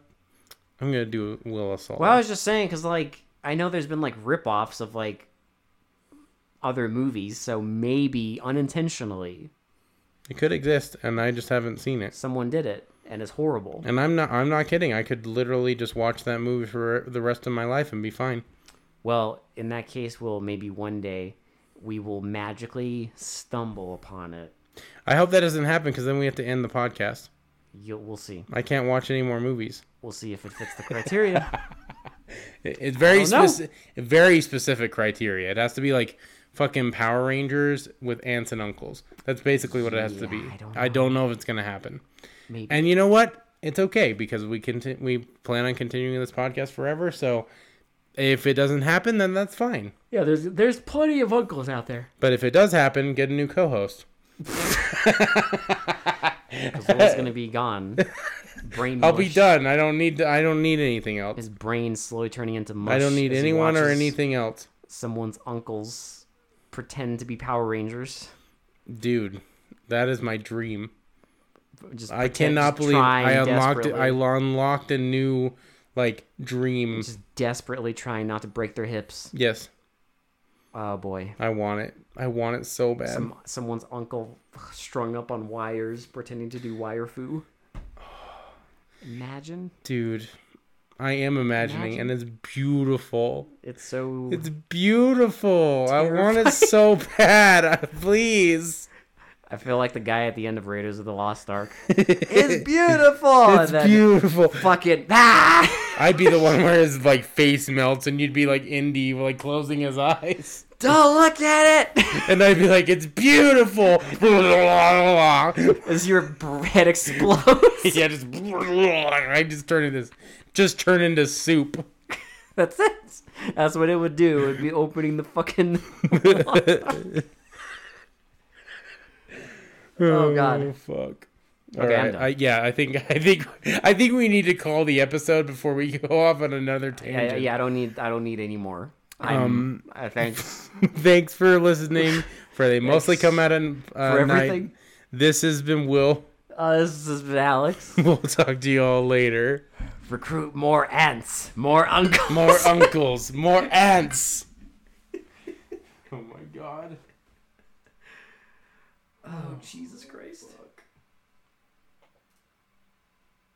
Speaker 1: I'm gonna do Will Assault.
Speaker 2: Well, I was just saying because like I know there's been like rip-offs of like other movies, so maybe unintentionally
Speaker 1: It could exist, and I just haven't seen it.
Speaker 2: someone did it and it's horrible.
Speaker 1: And I'm not. I'm not kidding. I could literally just watch that movie for the rest of my life and be fine.
Speaker 2: Well, in that case, we'll maybe one day we will magically stumble upon it.
Speaker 1: I hope that doesn't happen because then we have to end the podcast.
Speaker 2: You'll, we'll see.
Speaker 1: I can't watch any more movies.
Speaker 2: We'll see if it fits
Speaker 1: (laughs)
Speaker 2: the criteria.
Speaker 1: It- It's very
Speaker 2: I don't know.
Speaker 1: specific. Very specific criteria. It has to be like fucking Power Rangers with aunts and uncles. That's basically what it has to be.
Speaker 2: Yeah, I don't
Speaker 1: I don't know if it's gonna happen.
Speaker 2: Maybe.
Speaker 1: And you know what? It's okay because we conti- we plan on continuing this podcast forever. So if it doesn't happen, then that's fine.
Speaker 2: yeah, there's there's plenty of uncles out (laughs) there.
Speaker 1: But if it does happen, get a new co-host.
Speaker 2: Because Will's gonna be
Speaker 1: (laughs)
Speaker 2: gone. Brain.
Speaker 1: I'll be
Speaker 2: mush.
Speaker 1: done. I don't need. I don't need anything else.
Speaker 2: His brain slowly turning into mush.
Speaker 1: I don't need
Speaker 2: as he
Speaker 1: anyone or
Speaker 2: watches
Speaker 1: anything else,
Speaker 2: Someone's uncles pretend to be Power Rangers.
Speaker 1: dude. That is my dream.
Speaker 2: Just
Speaker 1: I
Speaker 2: pretend-
Speaker 1: cannot
Speaker 2: just
Speaker 1: believe
Speaker 2: trying
Speaker 1: I unlocked. I
Speaker 2: desperately-
Speaker 1: unlocked a new like dream.
Speaker 2: just desperately trying not to break their hips.
Speaker 1: Yes,
Speaker 2: Oh boy.
Speaker 1: I want it. I want it so bad.
Speaker 2: Some someone's uncle strung up on wires pretending to do wire foo. Imagine
Speaker 1: dude i am imagining and it's beautiful
Speaker 2: it's so
Speaker 1: it's beautiful i want it
Speaker 2: (laughs)
Speaker 1: so bad (laughs) please
Speaker 2: I feel like the guy at the end of Raiders of the Lost Ark.
Speaker 1: (laughs)
Speaker 2: it's (laughs) beautiful.
Speaker 1: it's beautiful
Speaker 2: Fucking ah,
Speaker 1: i'd be the one where his like face melts and you'd be like indy like closing his eyes (laughs)
Speaker 2: don't look at it. (laughs)
Speaker 1: and i'd be like it's beautiful (laughs) yeah
Speaker 2: As your br-
Speaker 1: (laughs)
Speaker 2: head explodes.
Speaker 1: just i just turn into this just turn into soup
Speaker 2: (laughs)
Speaker 1: (laughs)
Speaker 2: That's it. That's what it would do. It would be opening
Speaker 1: (laughs)
Speaker 2: the fucking. (laughs) Oh, God.
Speaker 1: fuck.
Speaker 2: Okay, I'm
Speaker 1: Alright,
Speaker 2: done.
Speaker 1: I, yeah, I think (laughs) I think I think we need to call the episode before we (laughs) go off on another tangent.
Speaker 2: yeah, yeah, I don't need. I don't need any more. I'm,
Speaker 1: Um,
Speaker 2: I thank
Speaker 1: (laughs) thanks for
Speaker 2: (laughs)
Speaker 1: listening. For they mostly come out on uh,
Speaker 2: for
Speaker 1: night.
Speaker 2: everything.
Speaker 1: This has been Will. (laughs)
Speaker 2: Uh, this has been Alex.
Speaker 1: We'll talk to you all later.
Speaker 2: Recruit more ants,
Speaker 1: (laughs)
Speaker 2: more uncles. (laughs)
Speaker 1: More uncles, more aunts. Oh my god.
Speaker 2: oh Jesus Christ.